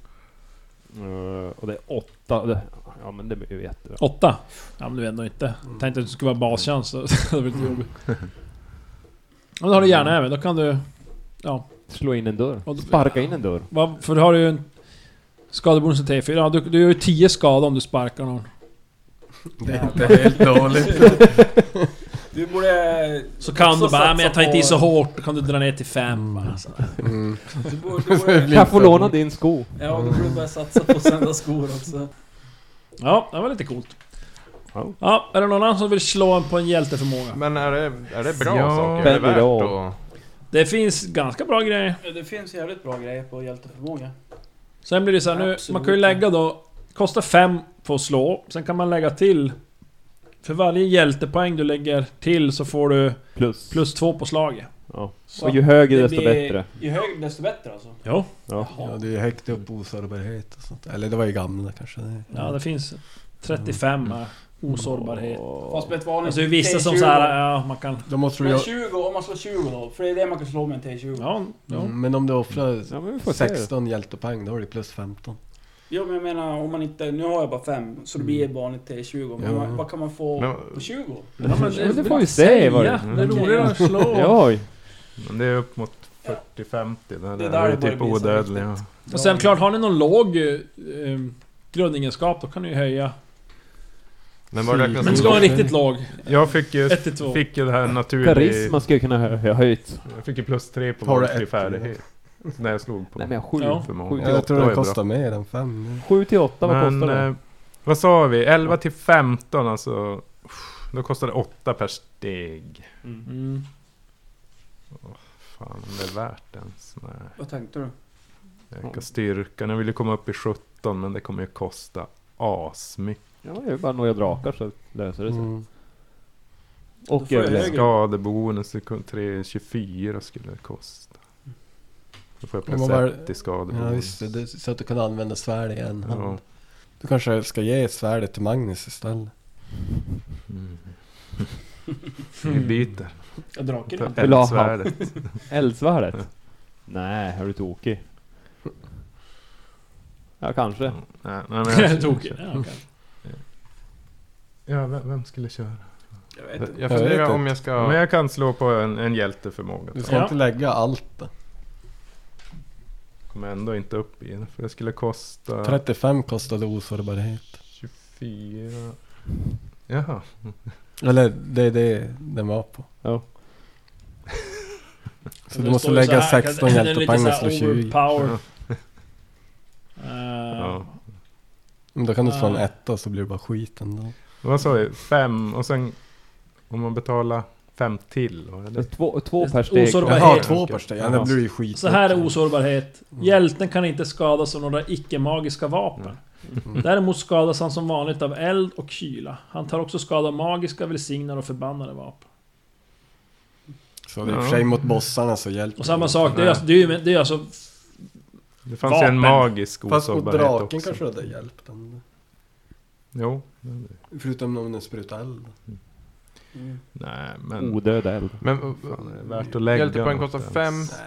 S3: Eh, och det är åtta. Det, ja, men det blir ju jättebra.
S6: Åtta? Ja men du vet ändå inte. Tänkte att det skulle vara baschans, så det blir lite jobbigt. Ja, Men då har du järnnäve, då kan du...
S3: Slå in en
S6: Och
S3: dörr.
S6: då-
S3: Sparka in en dörr.
S6: Vad, för då har du ju en... Skadebonusen T4, ja, du, du gör ju 10 skada om du sparkar någon.
S5: Det är inte helt dåligt.
S7: Du borde...
S6: Så kan
S7: också
S6: du bara,
S7: satsa
S6: "Ah, men jag tar inte i så
S7: på-
S6: hårt, då kan du dra ner till 5 bara.
S5: Mm.
S7: Du borde... Du borde
S3: Kan jag få låna din sko?
S7: ja, du borde börja satsa på att sända skor också.
S6: Ja, det var lite coolt.
S3: Ja.
S6: Ja, är det någon annan som vill slå en på en hjälteförmåga?
S2: Men är det, är det bra
S9: Ja,
S2: saker? Är det
S3: vänder
S2: värt
S3: av.
S2: att...
S6: Det finns ganska bra grejer.
S7: Det finns jävligt bra grejer på hjälteförmåga.
S6: Sen blir det så här, nu,
S7: Absolut.
S6: man kan ju lägga då... Kostar 5 på att slå, sen kan man lägga till... För varje hjältepoäng du lägger till så får du
S3: Plus.
S6: plus 2 på slaget.
S3: Ja.
S7: Så
S3: Och ju högre
S7: det
S3: desto
S7: blir-
S3: bättre.
S7: Ju högre desto bättre alltså.
S6: Jo.
S3: Ja.
S8: Ja, det är ju högt upp osårbarhet och sånt. Eller det var ju gamla kanske.
S6: Ja, det finns 35 här. Osårbarhet.
S7: Fast med ett vanligt...
S6: Alltså det är vissa som
S7: T20.
S6: så här, ja man kan...
S8: Då måste du
S7: Men
S8: ju...
S7: 20, om man slår 20 då. För det är det man kan slå med en T20.
S6: Ja, ja.
S8: Mm, Men om du offrar
S3: Ja, men vi får se.
S8: 16 hjältepoäng, då har du plus 15.
S7: Jo men jag menar om man inte... Nu har jag bara 5, så det blir ett vanligt T20. Men
S8: Ja.
S7: vad- vad kan man få
S9: Men-
S7: på 20?
S6: Ja, men
S3: Ja, men det får vi se vad
S6: Ja,
S3: det...
S6: det är roligare att slå.
S3: Oj.
S9: Men det är upp mot 40-50. Där,
S7: Det
S9: det
S7: där
S9: där är
S7: börjar
S9: typ
S7: bli så
S9: odödlig. Ja.
S6: Och sen klart, har ni någon låg eh, eh, grundegenskap då kan ni ju höja.
S2: Men vad räknas
S6: Men
S2: som
S6: slå en
S2: låg?
S6: riktigt låg.
S9: Jag fick ju,
S6: 1 till 2.
S9: fick ju det här naturligt...
S3: Karisma skulle jag kunna hö hö- höjt.
S9: Jag fick ju plus 3 på
S8: Har du
S9: valfri
S8: ett eller?
S9: färdighet. När jag slog på.
S3: Nej men jag sju.
S6: Ja.
S9: Förmåga.
S3: Sju
S9: Ja,
S3: till
S8: Jag
S3: åtta.
S9: det
S8: tror
S9: var
S8: det
S9: ju
S8: kostar mer än Mm. 5 nu.
S3: Sju till åtta, vad
S9: Men,
S3: kostar det?
S9: eh, vad sa vi? 11 till 15 alltså. Då kostar det 8 per steg.
S6: Mm.
S9: Fan, om det är värt ens. Nej.
S7: Vad tänkte du?
S9: Öka styrkan. Jag ville komma upp i 17 men det kommer ju kosta asmycket.
S3: Ja, det är ju bara några drakar så löser det sig.
S8: Mm.
S7: Då
S3: Och
S7: får jag
S3: överlevnad.
S7: högre.
S9: Skadebonus, det kom- 324 skulle det kosta. Då får jag
S8: Men
S9: plus
S8: vad var
S9: 1 i
S8: Ja, visst,
S9: skadebonus.
S8: det- det, så att du kan använda svärd igen.
S9: Ja.
S8: Du kanske ska ge svärdet till Magnus istället.
S9: Mm. Vi byter.
S7: Ja, draken
S9: Ta
S7: då?
S3: Vill du ha
S9: eldsvärdet.
S3: Eldsvärdet? Nej, är du tokig? Ja, kanske.
S9: Nej, nej, men jag-
S6: Tokigt. Ja, okej.
S9: Ja, vem, vem skulle köra?
S7: Jag vet
S2: Jag
S7: inte.
S8: Jag vet
S2: funderar
S8: inte.
S2: om jag ska...
S9: Men jag kan slå på en, en hjälteförmåga.
S8: Du
S9: tror
S8: ska
S6: Ja.
S8: inte lägga allt. då.
S9: jag. Kommer ändå inte upp i den. För det skulle kosta
S8: 35 kostade osårbarhet.
S9: 24... Jaha.
S8: Eller det är det den var på.
S3: Ja.
S8: Så
S6: Det
S8: du måste
S6: står ju
S8: lägga
S6: så här,
S8: 16
S6: den är lite
S8: hjältepoäng och
S6: så här
S8: slå 20.
S6: overpowered.
S9: Ja.
S6: Eh,
S9: Ja.
S8: Men då kan du slå en
S6: Ah.
S8: etta så blir det bara skit ändå.
S9: Vad sa vi? Fem och sen om man betalar fem till. Var det
S3: Det är
S9: det?
S3: Två, två per steg.
S6: Osårbar- Vad
S8: Jaha,
S6: heter
S8: två
S9: det?
S8: per steg. Ja, det blir ju skit.
S6: Så här är osårbarhet. Hjälten kan inte skadas av några icke-magiska vapen. Däremot skadas han som vanligt av eld och kyla. Han tar också skada av magiska, välsignade och förbannade vapen.
S8: Så det är i och för sig mot bossarna så hjälper
S6: Och samma sak, det är alltså... Det är, ju- det är alltså
S9: Det fanns ju en
S6: Vapen.
S9: magisk
S8: Fast mot
S9: osårbarhet
S8: draken
S9: också.
S8: kanske det hade hjälpt den.
S9: Jo.
S8: Förutom om den sprutar eld.
S9: Nej, men...
S3: Odöd eld.
S2: Men uh,
S9: Fan, är det värt att lägga
S2: hjältepoäng
S9: något
S2: kostar
S9: ens?
S2: fem.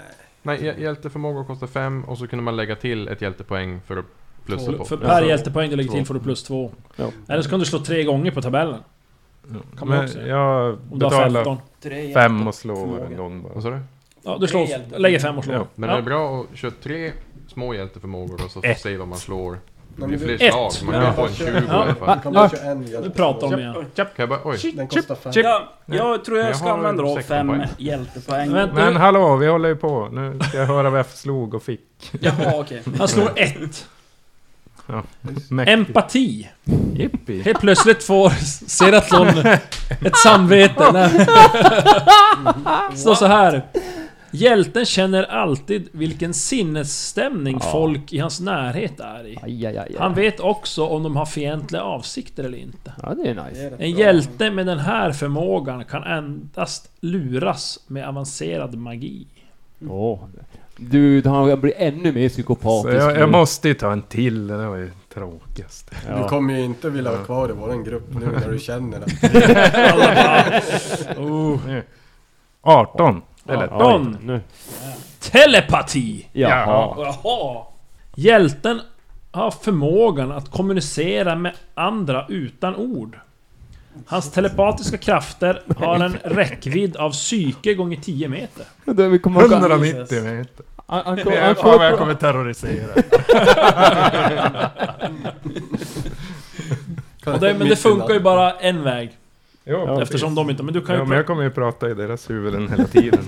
S2: Nej, hj- hjälteförmåga kostar fem och så kunde man lägga till ett hjältepoäng för att plussa
S6: för,
S2: på.
S6: för per
S2: Alltså,
S6: hjältepoäng du lägger
S2: två.
S6: till får du plus två.
S3: Ja.
S6: Eller så kan du slå tre gånger på tabellen. Kan man
S9: men
S6: också göra.
S9: jag
S6: Om du har
S9: betalar
S6: 15.
S9: fem, och slår en gång bara.
S2: Vad sa du?
S6: Ja, du slår, lägger fem och slår.
S9: Ja,
S2: Men
S6: Ja.
S2: det är bra att köra tre små hjälteförmågor och så
S9: Ett.
S2: se vad man slår. Det
S10: men
S2: blir
S10: du-
S2: fler
S6: Ett.
S2: slag, så man
S6: Ja.
S2: kan få en 20 i alla fall.
S10: Du kan bara köra en hjälp.
S6: Nu pratar de igen.
S2: Kan jag bara, oj.
S10: Den kostar fem.
S6: Ja, jag tror
S2: Men
S6: jag
S2: jag
S6: ska
S2: har
S6: använda då
S2: 16
S6: fem
S2: poäng.
S6: hjältepoäng. Vänta.
S9: Men hallå, vi håller ju på. Nu ska jag höra vad jag slog och fick.
S6: Jaha, okej. Han slår ett.
S9: Mäktigt.
S6: Empati.
S9: Jippi.
S6: Helt plötsligt får Seratlon ett samvete. när- Står så här. Hjälten känner alltid vilken sinnesstämning folk i hans närhet är i.
S3: Aj, aj, aj, aj.
S6: Han vet också om de har fientliga avsikter eller inte.
S3: Ja, det är nice.
S6: En hjälte med den här förmågan kan endast luras med avancerad magi.
S3: Åh. Du, han blir ännu mer
S9: Så
S3: psykopatisk.
S9: jag,
S3: nu.
S9: jag måste ju ta en till. Det där var ju tråkigast.
S8: Du kommer ju inte vilja vara kvar i våran grupp nu när du känner att...
S9: Oh. 18. Eller
S3: Oj,
S6: Don.
S3: nu.
S6: Telepati!
S3: Jaha.
S6: Jaha. Hjälten har förmågan att kommunicera med andra utan ord. Hans telepatiska krafter har en räckvidd av psyke gånger 10 meter.
S3: Då, vi kommer ihåg-
S9: 190 meter.
S3: Han- han kom-
S9: Det är
S3: han
S9: fan vad jag
S3: kom-
S9: kommer terrorisera.
S6: Och det, men det funkar ju bara en väg.
S9: Jo,
S3: Ja,
S9: precis.
S6: Eftersom de inte... Men du kan ju...
S9: Ja, men jag kommer ju prata i deras huvuden hela tiden.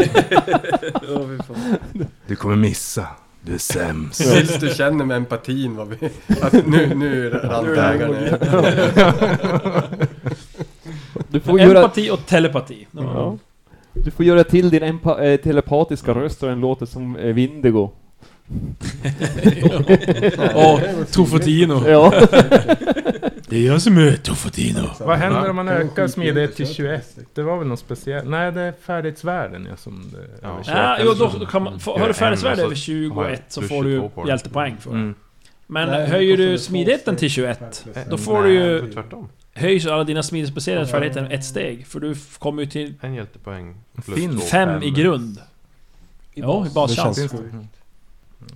S9: du kommer missa. Du är sämst.
S8: Tills du känner med empatin vad vi... Att nu, nu rann vägarna
S3: Du får göra...
S6: Empati och telepati. Det var-
S3: Ja. Du får göra till din empa- eh, telepatiska röst och den låter som eh, Vindigo.
S11: Och Tofotino.
S3: Ja.
S11: Det är jag som är Tofotino.
S9: Vad händer om man ökar smidighet till 21? Det var väl något speciellt? Nej, det är färdighetsvärden ja, som det
S2: Ja.
S9: översätter.
S6: Ja, jo, då kan man, får- har
S2: Gör
S6: du
S2: en,
S6: färdighetsvärde
S2: alltså,
S6: över 21 så
S2: har
S6: får du
S2: 22 poäng.
S6: hjältepoäng för det.
S9: Mm.
S6: Men
S10: Nej,
S6: höjer
S10: det kostar
S6: du
S10: väl
S6: smidigheten
S10: två
S6: till
S10: steg.
S6: 21
S10: Per plus
S6: då
S10: en.
S6: får du ju-
S2: Nej, Tvärtom.
S6: höjs alla dina smidighetsbaserade färdigheter ett steg. För du f- kommer ju till
S2: En hjältepoäng plus
S9: Finns
S2: två.
S6: fem i grund. Ja, i baschans.
S8: känns-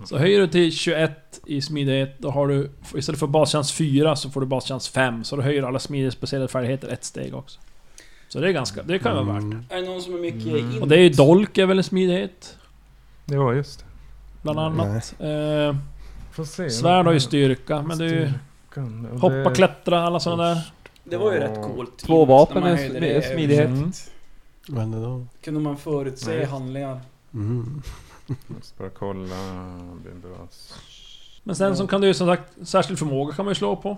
S6: Så höjer du till 21 i smidighet, då har du... Istället för baschans 4 så får du baschans 5. Så då höjer alla smidighetsbaserade färdigheter ett steg också. Så det är ganska... Det kan vara värt. värt.
S8: Mm.
S6: det.
S8: Mm.
S6: Är det någon som är mycket
S9: in-
S6: Och det är ju dolk är väl en smidighet?
S9: Ja, just det.
S6: Bland annat. Eh,
S9: Får se.
S6: svärd har ju styrka, men det är ju...
S9: Styrkan, och
S6: Hoppa,
S9: det-
S6: klättra, alla sådana där.
S7: Det var ju rätt coolt.
S3: Två vapen
S7: När
S3: är
S7: man
S3: sm-
S7: höjde Typ det,
S3: smidighet.
S6: Mm.
S9: Mm.
S8: Men då...
S7: Kunde man förutse
S9: Nej.
S7: handlingar?
S8: Mm.
S9: Måste bara kolla. Bevaras.
S6: Men sen så kan du ju som sagt... Särskild förmåga kan man ju slå på.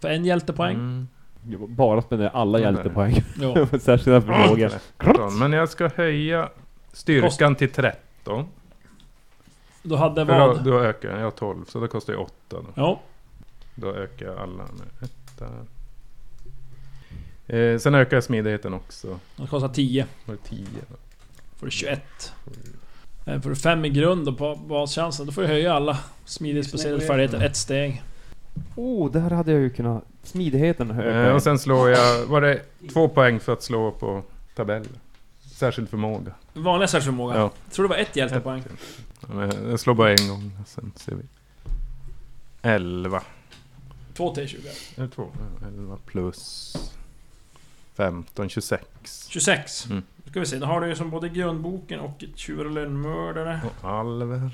S6: För en hjältepoäng.
S9: Mm.
S3: Bara spendera alla
S9: Ja, där.
S3: hjältepoäng.
S6: Ja.
S3: Särskilda förmågor.
S9: 13. Men jag ska höja styrkan till 13.
S6: Du hade
S9: För då,
S6: vad?
S9: då ökar jag. Jag har 12, så det kostar ju 8 då.
S6: Ja.
S9: Då ökar jag alla med ett där. Eh, sen ökar jag smidigheten också.
S6: Den kostar 10.
S9: Var det 10 då?
S6: Får du 21. Eh, Får du 5 i grund och på baschansen, då får du höja alla smidighetsbaserade färdigheter ett steg.
S3: Oh, där hade jag ju kunnat... Smidigheten högre.
S9: Eh, och sen slår jag... Var det två poäng för att slå på tabellen? Särskild förmåga.
S6: Vanliga särskild förmåga.
S9: Ja.
S6: Tror det var ett hjältepoäng.
S9: Ja, men Jag slår bara en gång, sen ser vi. 11.
S6: Två T20.
S9: Eller två. Ja, 11 plus 15, 26.
S6: 26.
S9: Mm.
S6: Då ska vi se, då har du ju som både grundboken och tjuvar och lönnmördare.
S9: Och Alver,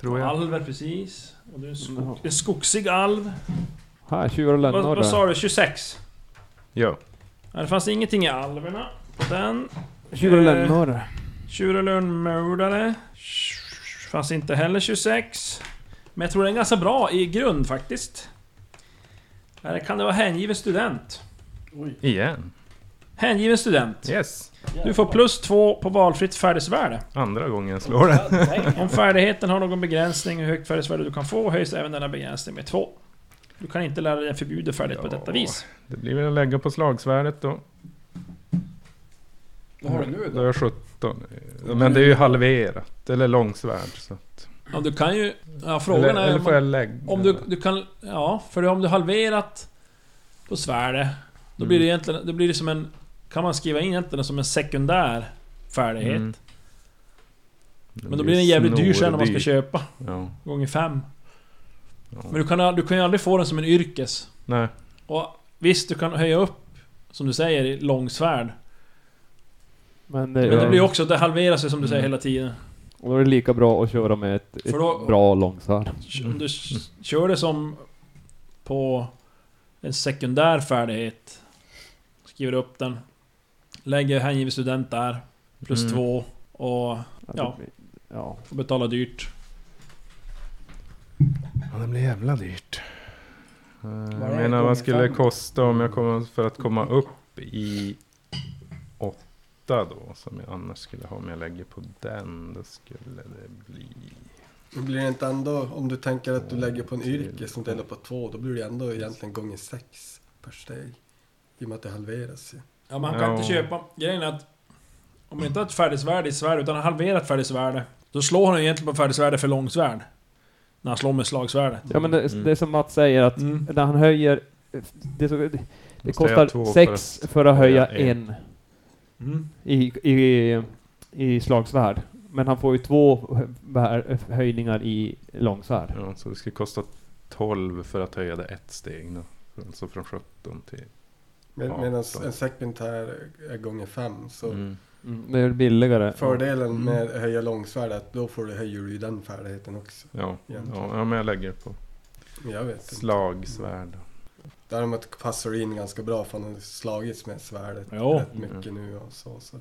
S9: tror jag.
S6: Alver precis. Och du är en, skog, en skogsig alv.
S3: Här, tjuvar och
S6: Vad, vad
S3: lönnmördare.
S6: sa du? 26?
S9: Ja.
S6: Ja, det fanns ingenting i alverna. På den.
S3: Tjuvar och
S6: Eh,
S3: lönnmördare.
S6: Tjuvar och lönnmördare. Fanns inte heller 26. Men jag tror den är ganska bra i grund faktiskt. Här kan det vara hängiven student.
S9: Igen.
S6: Hängiven student.
S9: Yes.
S6: Du får plus två på valfritt färdighetsvärde.
S9: Andra gången jag slår det.
S6: Om färdigheten har någon begränsning hur högt färdighetsvärde du kan få höjs även denna begränsning med två. Du kan inte lära dig en förbjuden färdighet på detta vis.
S9: Det blir väl att lägga på slagsvärdet då.
S7: Vad har du nu
S9: Då har jag 17. Men det är ju halverat, eller långsvärd. Så att,
S6: Ja, du kan ju... Ja, frågan
S9: eller,
S6: är...
S9: eller
S6: om-
S9: får jag lägga?
S6: Om du, du kan... Ja, för om du halverat på svärdet, då blir det egentligen... Då blir det som en... Kan man skriva in egentligen som en sekundär färdighet.
S9: Mm.
S6: Men då blir det en jävligt dyr sen när man ska
S9: snordyr.
S6: köpa.
S9: Ja.
S6: Gånger fem.
S9: Ja.
S6: Men du kan, al- du kan ju aldrig få den som en yrkes.
S9: Nej.
S6: Och visst, du kan höja upp, som du säger, i långsvärd.
S3: Men,
S6: Men det blir ju också... Det halveras ju som du säger
S3: Mm.
S6: hela tiden.
S3: Och då är det lika bra att köra med ett,
S6: För
S3: ett
S6: då-
S3: bra långsvärd.
S9: Mm.
S6: Om du s- kör det som på en sekundär färdighet. Skriver upp den. Lägger hängiven student där. Plus
S9: Mm.
S6: två. Och Ja.
S3: det blir- ja.
S6: får betala dyrt.
S9: Ja, det blir jävla dyrt. Eh,
S7: Vad är
S9: Jag menar
S7: gånger
S9: vad skulle det
S7: fem?
S9: kosta om jag kommer, för att komma upp i åtta då? Som jag annars skulle ha om jag lägger på den. Då skulle det bli...
S8: Men Blir det inte ändå, om du tänker att du lägger på en yrke som delar på två, då blir det ändå egentligen gånger sex per steg. I och med att det halveras ju.
S6: Ja, man kan
S9: Ja.
S6: inte köpa... Grejen är att... Om man inte har ett färdighetsvärde i svärd utan har halverat färdighetsvärde. Då slår han egentligen på färdighetsvärde för långsvärd. När han slår med slagsvärdet.
S3: ja men
S9: Mm.
S3: det, det är som Mats säger att
S6: Mm.
S3: när han höjer... Det, är så, det, det
S9: Måste jag ha
S3: kostar
S9: två
S3: sex
S9: för att-
S3: för att höja
S9: höja en.
S3: en
S6: Mm.
S3: i, i, i slagsvärd. Men han får ju två hö- höjningar i långsvärd.
S9: Ja, så det skulle kosta 12 för att höja det ett steg då. Alltså från 17 till...
S8: Med,
S9: Ja,
S8: Medan
S9: då.
S8: en sekventär är gånger fem. Så
S9: Mm.
S3: Mm, det är billigare.
S8: fördelen med att höja långsvärd är att då får du, höjer du ju den färdigheten också.
S9: Ja. Ja,
S8: Egentligen.
S9: ja, men jag lägger det på
S8: Jag vet inte.
S9: slagsvärd.
S8: Däremot passar det in ganska bra för han har slagits med svärdet
S6: Jo.
S8: rätt mycket nu och så. så.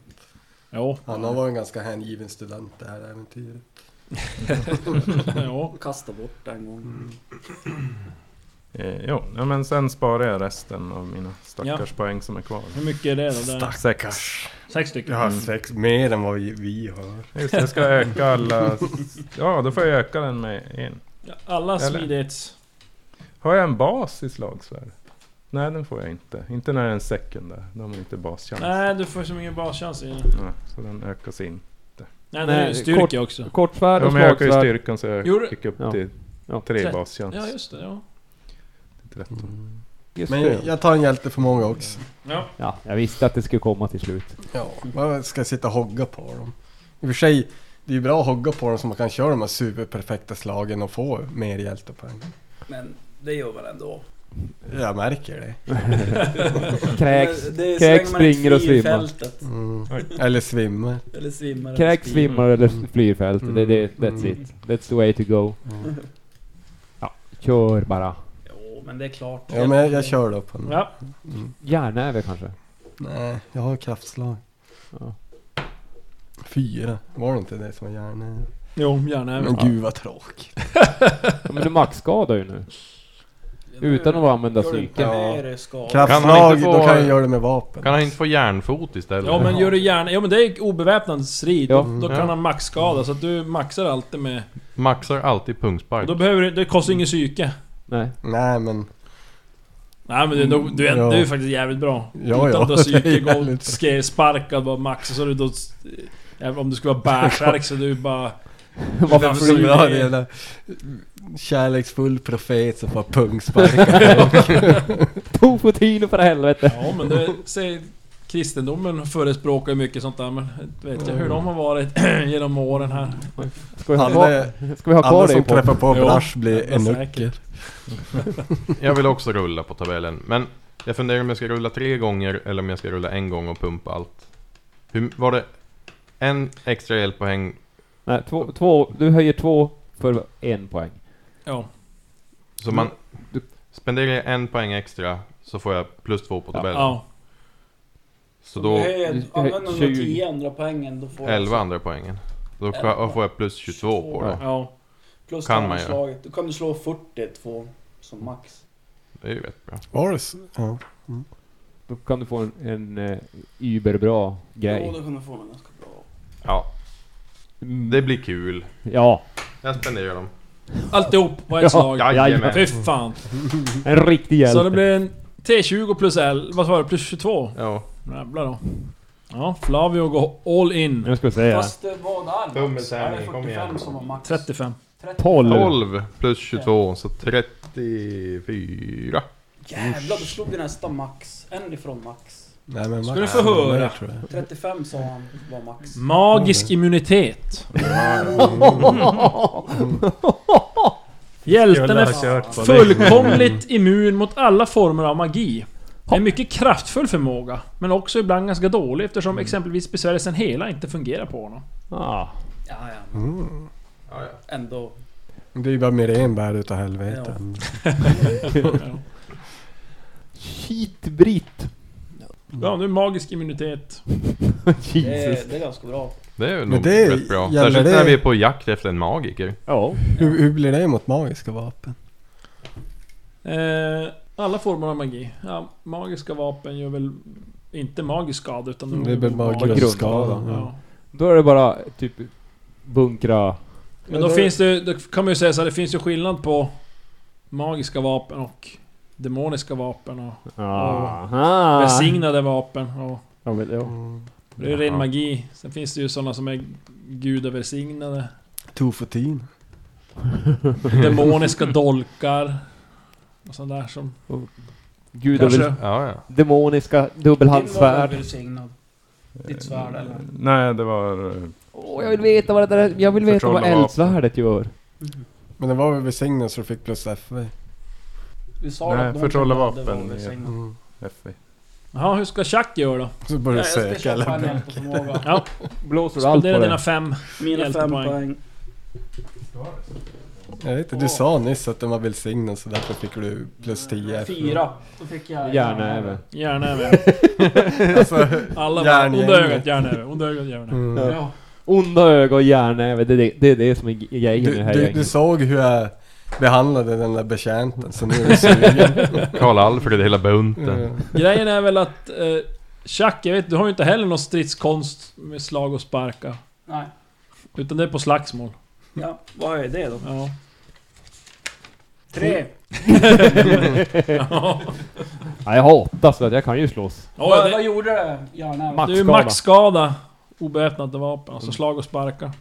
S6: Jo.
S8: Han har varit en ganska hängiven student det här äventyret.
S6: jo.
S7: Kasta bort den gången.
S9: Eh, jo, ja, men sen sparar jag resten av mina stackars poäng som är kvar.
S6: Hur mycket är det då? Det är
S9: Sex.
S6: sex stycken.
S8: Jag har sex mer än vad vi, vi har.
S9: Just det, jag ska öka alla... Ja, då får jag öka den med en.
S6: Ja, Alla
S9: Eller?
S6: smidighets...
S9: Har jag en bas i slagsvärd? Nej, den får jag inte. Inte när det är en sekundär. Då har man inte baschans.
S6: Nej, du får som ingen baschans i den.
S9: Nej, så den ökas in.
S6: Nej, det
S3: Nej,
S6: är ju styrka
S3: kort-
S6: också.
S3: Kortsvärd
S9: Ja,
S3: och
S9: men jag ökar ju
S3: slagsvärd.
S9: styrkan så jag
S6: Gjorde-
S9: gick upp
S3: Ja.
S9: till
S3: Ja.
S9: tre
S6: Trett-
S9: baschans.
S6: Ja, just det. Ja.
S8: Mm.
S9: Tretton.
S3: Just
S8: Men
S3: det.
S8: jag, jag tar en hjälte för många också.
S6: ja.
S3: Ja, jag visste att det skulle komma till slut.
S8: Ja, man ska sitta och hogga på dem. I och för sig, det är ju bra att hogga på dem så man kan köra de här superperfekta slagen och få mer hjältepoäng.
S7: Men det gör man ändå.
S8: Jag märker det.
S3: Kräks,
S7: Men det
S3: kräks,
S7: slänger man inte
S3: springer och
S7: fri i
S3: svimmar.
S7: fältet.
S8: Mm. Eller svimmar.
S7: Eller svimmar. eller
S3: Kräks,
S7: springer.
S3: svimmar eller flyr fält. Det, det, that's
S8: Mm.
S3: it. That's the way to go.
S7: Mm.
S3: Ja, kör bara.
S7: Jo, men det är klart.
S8: Ja, men jag, jag kör då på den.
S6: ja.
S3: Järnäve kanske?
S8: Nej, jag har kraftslag.
S3: Ja.
S8: Fyra. Var det inte det som var hjärnan?
S6: Jo, gärna.
S8: Men gud vad tråkigt.
S3: Ja, men du maxskadar ju nu. Utan att använda
S7: Gör du
S3: psyket.
S7: inte det, det ska.
S8: Kraftslag,
S2: inte få-
S8: då kan jag göra det med vapen.
S2: Kan han inte få järnfot istället?
S6: Ja men gör du gärna... Ja men det är obeväpnad strid.
S3: Ja.
S6: Då, då
S2: Ja.
S6: kan han maxskada. Så att du maxar alltid med...
S2: Maxar alltid
S6: Och
S2: pungspark.
S6: då behöver du... Det kostar ingen psyke.
S3: Nej.
S8: Nej men,
S6: Nej men du, du, du, är-
S8: Mm, Ja.
S6: du är faktiskt jävligt bra.
S8: ja
S6: Utan
S8: ja.
S6: att du har psyke,
S8: Det är
S6: gå
S8: jävligt-
S6: ske- sparkad bara max. Och så är du då... även Om du skulle vara bärsärk så är du bara...
S8: Varför
S6: flyger
S8: skulle vi ha
S6: det?
S8: det? Jävla kärleksfull profet som får pungsparkar.
S3: Tofotino för helvete!
S6: Ja men det... Säg, kristendomen förespråkar ju mycket sånt där men... Vet jag hur de har varit genom åren här.
S3: Ska vi ha
S8: alla,
S3: kvar, ska vi ha kvar
S8: alla
S3: det i
S8: som
S3: podden?
S8: träffar på
S6: Jo,
S8: Brash blir en
S6: säkert.
S8: nuckel.
S2: Jag vill också rulla på tabellen. Men jag funderar om jag ska rulla tre gånger eller om jag ska rulla en gång och pumpa allt. Hur, var det en extra hjälppoäng?
S3: Nej, två, två, du höjer två för en poäng.
S6: Ja.
S2: Så man...
S6: Mm.
S2: Spenderar jag en poäng extra så får jag plus två på tabellen.
S6: Ja.
S2: Så då...
S7: Höj-
S3: Tjugo.
S7: Använder de 10 andra poängen då får
S2: 11 andra poängen. Då
S7: Elva.
S2: får jag plus 22 på det.
S6: Ja.
S7: Plus
S2: Kan
S7: kan
S2: man
S7: man
S2: göra.
S7: Då kan du slå 42 som max.
S2: Det är ju rätt bra.
S8: Var det så? Ja.
S3: Då Då kan du få en, en eh, überbra
S7: Jo,
S3: grej.
S7: då kan du få en ganska bra.
S2: Ja. Det blir kul.
S3: Ja,
S2: Jag spenderar dem.
S6: Alltihop på
S3: Ja,
S6: ett slag.
S2: jajamän.
S6: Fy fan.
S3: en riktig hjälte.
S6: Så det blir en T20 plus L, vad sa du? Plus 22?
S2: Ja.
S6: Jävlar då. Ja, Flavio går all in.
S3: Jag skulle säga
S7: Fast det var där
S2: Dummeltärning,
S7: Är det
S2: kom igen.
S7: 45 som var max?
S6: 35.
S3: 12.
S2: 12 plus 22, så 34.
S7: Jävlar, du slog du nästan max. En ifrån max.
S8: Nej, men
S6: Ska du få höra.
S7: 35 sa han var max.
S6: Magisk immunitet. Hjälten är
S4: kört på
S6: fullkomligt immun mot alla former av magi. En mycket kraftfull förmåga, men också ibland ganska dålig eftersom exempelvis besvärjelsen hela inte fungerar på honom.
S3: Ah.
S7: Ja, ja. men
S8: Mm.
S2: Ja, ja.
S7: Ändå.
S8: Det är ju bara Mirenberg utav helvete. Mm.
S3: Shit-Britt.
S8: Mm.
S6: Ja, nu magisk immunitet.
S7: Det
S3: Jesus.
S6: Eh,
S7: är, det är ganska bra.
S2: Det är
S8: Men
S2: nog
S8: det
S2: rätt bra.
S8: gäller
S2: Särskilt
S8: det-
S2: när vi är på jakt efter en magiker.
S3: Ja.
S8: Hur, hur blir det mot magiska vapen?
S6: Eh, alla former av magi. Ja, magiska vapen gör väl inte magisk skada utan
S8: Det är väl bara grundskada, ja.
S6: Mm. Ja.
S3: Då är det bara typ bunkra...
S6: Men då finns det då kan man ju säga så här, det finns ju skillnad på magiska vapen och demoniska vapen och
S3: Aha.
S6: välsignade vapen. Och
S3: Ja, men, ja.
S8: Mm.
S6: det är ju ren
S2: Jaha.
S6: magi. Sen finns det ju sådana som är gudavälsignade.
S8: Tofotin.
S6: Demoniska dolkar. Och sånt där som...
S3: Gudaväl...
S6: Kanske.
S2: Ja, ja.
S3: Demoniska
S7: Din var
S3: dubbelhandsvärd.
S7: väl välsignad? Ditt svärd eller?
S9: Nej, det var... eh,
S3: Åh, jag vill veta vad det där... Jag vill veta vad
S9: Förtrolla vapen.
S3: eldsvärdet gör.
S8: Men det var väl välsignat så du fick plus FV?
S7: Du sa
S9: Nej,
S7: att någon
S9: förtrolla
S7: som hade
S9: vapen.
S7: var välsignad.
S8: Mm.
S9: FV.
S6: Jaha, hur ska Chuck göra då?
S8: Så började du
S7: Nej, jag ska
S8: söka
S7: köpa en
S8: eller?
S7: hjälteförmåga.
S6: Ja,
S3: Blåser allt på
S6: spendera dina
S3: det.
S6: fem.
S7: Mina fem
S6: Hjältepoäng.
S7: poäng.
S8: Jag vet inte, du sa nyss att den var välsignad så därför fick du plus 10 FV.
S7: Fyra. Då fick jag...
S3: Järnäve.
S6: Järnäve.
S8: Alltså,
S6: Alla bara,
S8: Järngänget.
S6: onda ögat järnäve, onda ögat järnäve.
S8: mm.
S7: Ja.
S3: Onda öga och järnäve, det, är det, det är det som är ge- grejen i det
S8: du,
S3: här
S8: du, du
S3: gänget.
S8: såg hur jag behandlade den där betjänten så nu är du sugen. Mm.
S2: Karl-Alfred hela bunten.
S6: Grejen är väl att... Eh, Chuck, jag vet, du har ju inte heller någon stridskonst med slag och sparka.
S7: Nej.
S6: Utan det är på slagsmål.
S7: Ja, vad är det då?
S6: Ja. Mm.
S7: Tre.
S6: ja.
S3: Ja, jag hatar så att jag kan ju slåss.
S7: vad,
S6: Oj,
S7: vad
S6: det,
S7: gjorde det? Järnäve?
S3: Max-
S6: det är ju
S3: maxskada.
S6: maxskada. Obeväpnade vapen, alltså slag och sparka.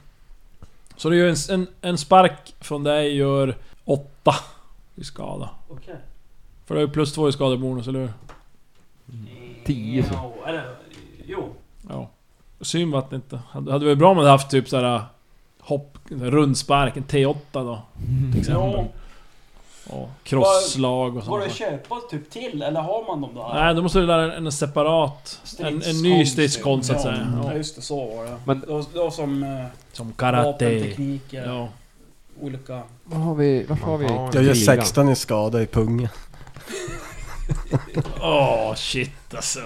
S6: Så det gör en, en, en spark från dig gör åtta i skada.
S7: Okej.
S6: För du har ju plus två i skadebonus, eller hur?
S3: Tio, så.
S7: Ja, eller, jo.
S6: Ja. Synd att det inte... Hade hade varit bra om du hade haft typ såhär... Hopp... Rundspark, en T8 då. Till exempel.
S7: Ja,
S6: Ja. Krosslag och
S7: går
S6: sånt.
S7: det att köpa typ till eller har man dem där?
S6: Nej, då måste du lära en, en separat... En, en ny stridskonst så att säga.
S7: Ja,
S6: Ja.
S7: just det. Så var det.
S3: Men-
S7: Men, det, var, det var som eh,
S6: Som karate.
S7: vapentekniker.
S6: Ja.
S7: Olika...
S3: Vad har vi... Varför har vi...
S2: Jaha.
S8: Jag gör
S3: krigan?
S8: 16 i skada i pungen.
S6: Åh shit alltså.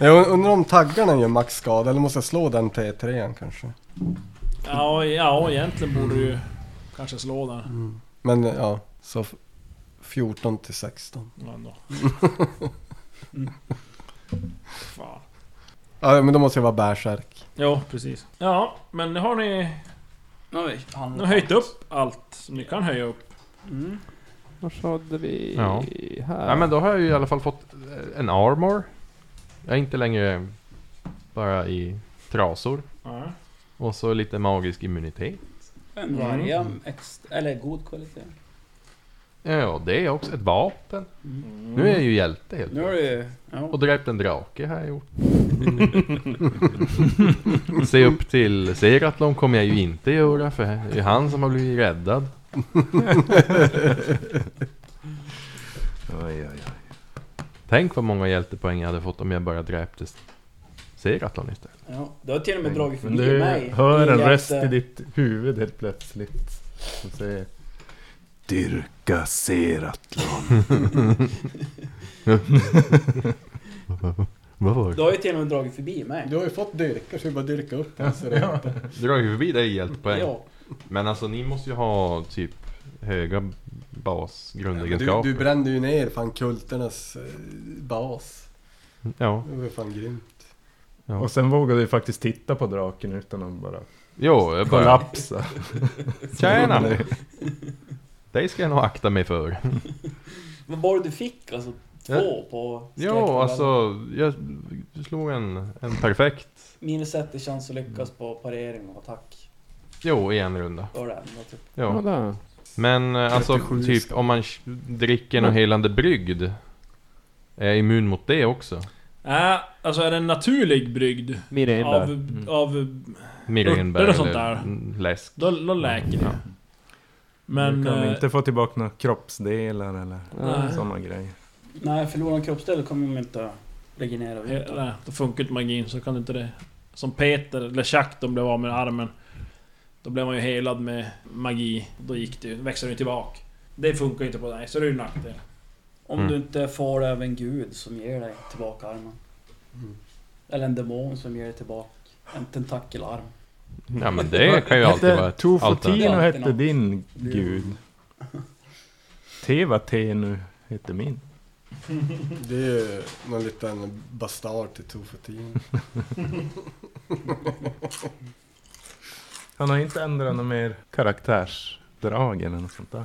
S8: Jag undrar om taggarna gör max skada eller måste jag slå den T3 kanske?
S6: Ja, ja egentligen borde du ju kanske slå där.
S8: Men ja, så f- 14 till 16.
S6: Ja, Ändå. Fan.
S8: Ja men då måste jag vara bärsärk.
S6: Ja, precis. Ja, men nu har ni,
S7: Nu har vi
S6: ni har höjt upp allt som ni kan höja upp.
S7: Mm.
S3: Vad hade vi
S2: Ja.
S3: här?
S2: Ja, men då har jag ju i alla fall fått eh, en armor. Jag är inte längre bara i trasor.
S6: Ja.
S2: Och så lite magisk immunitet.
S7: En varje ex- eller god kvalitet.
S2: Ja, det är också ett vapen. Nu är jag ju hjälte helt
S7: Nu har
S2: plötsligt.
S7: du ju... Ja.
S2: Och dräpt en drake har jag gjort. Se upp till Seratlon kommer jag ju inte göra för det är han som har blivit räddad.
S9: Oj, oj, oj.
S2: Tänk vad många hjältepoäng jag hade fått om jag bara dräpte Seratlon istället.
S7: Ja. Du har till och med dragit
S9: Men
S7: förbi
S9: du
S7: mig. eh,
S9: hör
S7: Det är
S9: en
S7: jätte-
S9: röst i ditt huvud helt plötsligt. Som säger... Dyrka Seratlon.
S2: Vad var
S7: Du har ju till och med dragit förbi mig.
S8: Du har ju fått dyrka så du bara dyrka upp den så det
S2: Du drar ju förbi dig i hjältepoäng.
S7: Ja.
S2: Men alltså ni måste ju ha typ höga basgrundegenskaper.
S8: du, du brände ju ner fan kulternas eh, bas.
S2: Ja.
S5: Det var fan grymt.
S2: Ja.
S9: Och sen vågade jag faktiskt titta på draken utan att bara
S2: Jo, jag bara-
S9: kollapsa.
S2: Tjena! Dig ska jag nog akta mig för.
S12: Men bara du fick alltså två
S2: Ja.
S12: på skräcknivån.
S2: Ja, alltså jag slog en, en perfekt.
S12: Minus ett i chans att lyckas på parering och attack.
S2: Jo, i en runda.
S12: Var det ändå typ.
S3: Ja,
S2: Ja.
S3: där.
S2: Men eh, alltså
S8: 37
S2: typ om man sh- dricker någon helande brygd. Är jag immun mot det också?
S6: Äh, alltså är det en naturlig brygd av...
S3: Mirenberg.
S6: av
S2: Mirenbär
S6: Örter och sånt
S2: eller
S6: där.
S2: mm, läsk.
S6: då, då läker det.
S2: Ja.
S6: Men...
S9: du kan
S6: eh,
S9: inte få tillbaka några kroppsdelar eller
S6: Nej.
S9: sådana grejer.
S7: Nej, förlorar de kroppsdel kommer de inte regenerera
S6: Eh,
S7: vidare.
S6: Nej, då funkar inte magin så kan du inte det. Som Peter, eller Jack, de blev av med armen. Då blev man ju helad med magi. Då gick det ju, växer den tillbaka. Det funkar ju inte på dig, så det är ju en nackdel.
S7: Om
S2: Mm.
S7: du inte får även Gud som ger dig tillbaka armen.
S5: Mm.
S7: Eller en demon som ger dig tillbaka en tentakelarm.
S2: ja, men det kan ju alltid vara ett alternativ.
S9: Tofotino
S7: alternativ.
S9: hette din gud. Teva nu hette min.
S5: Det är ju någon liten bastard till Tofotin.
S9: Han har inte ändrat något mer karaktärsdrag eller något sånt där.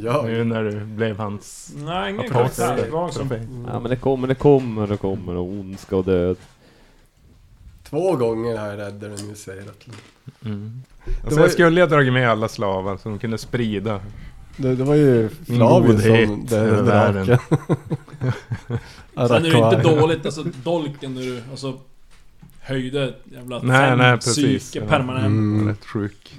S5: Ja.
S9: Nu när du blev hans
S6: Nej, ingen
S9: apostel.
S6: karaktär kvar som...
S9: Trofé.
S3: Ja,
S5: Mm.
S3: men det kommer, det kommer, det kommer. Och ondska och död.
S5: Två gånger har jag räddat den i Seratlon.
S9: Mm.
S5: Det
S9: Alltså,
S5: var
S9: jag
S5: ju-
S9: skulle ha dragit med alla slavar så de kunde sprida
S5: Det, det var ju Flavius som dödade draken.
S6: Sen är det ju inte
S5: Arakawa.
S6: dåligt, alltså dolken när du alltså, höjde ett jävla
S9: Nej,
S6: fem
S9: nej, precis.
S6: psyke
S9: Ja.
S6: permanent.
S9: Mm.
S5: Mm.
S9: Rätt sjuk.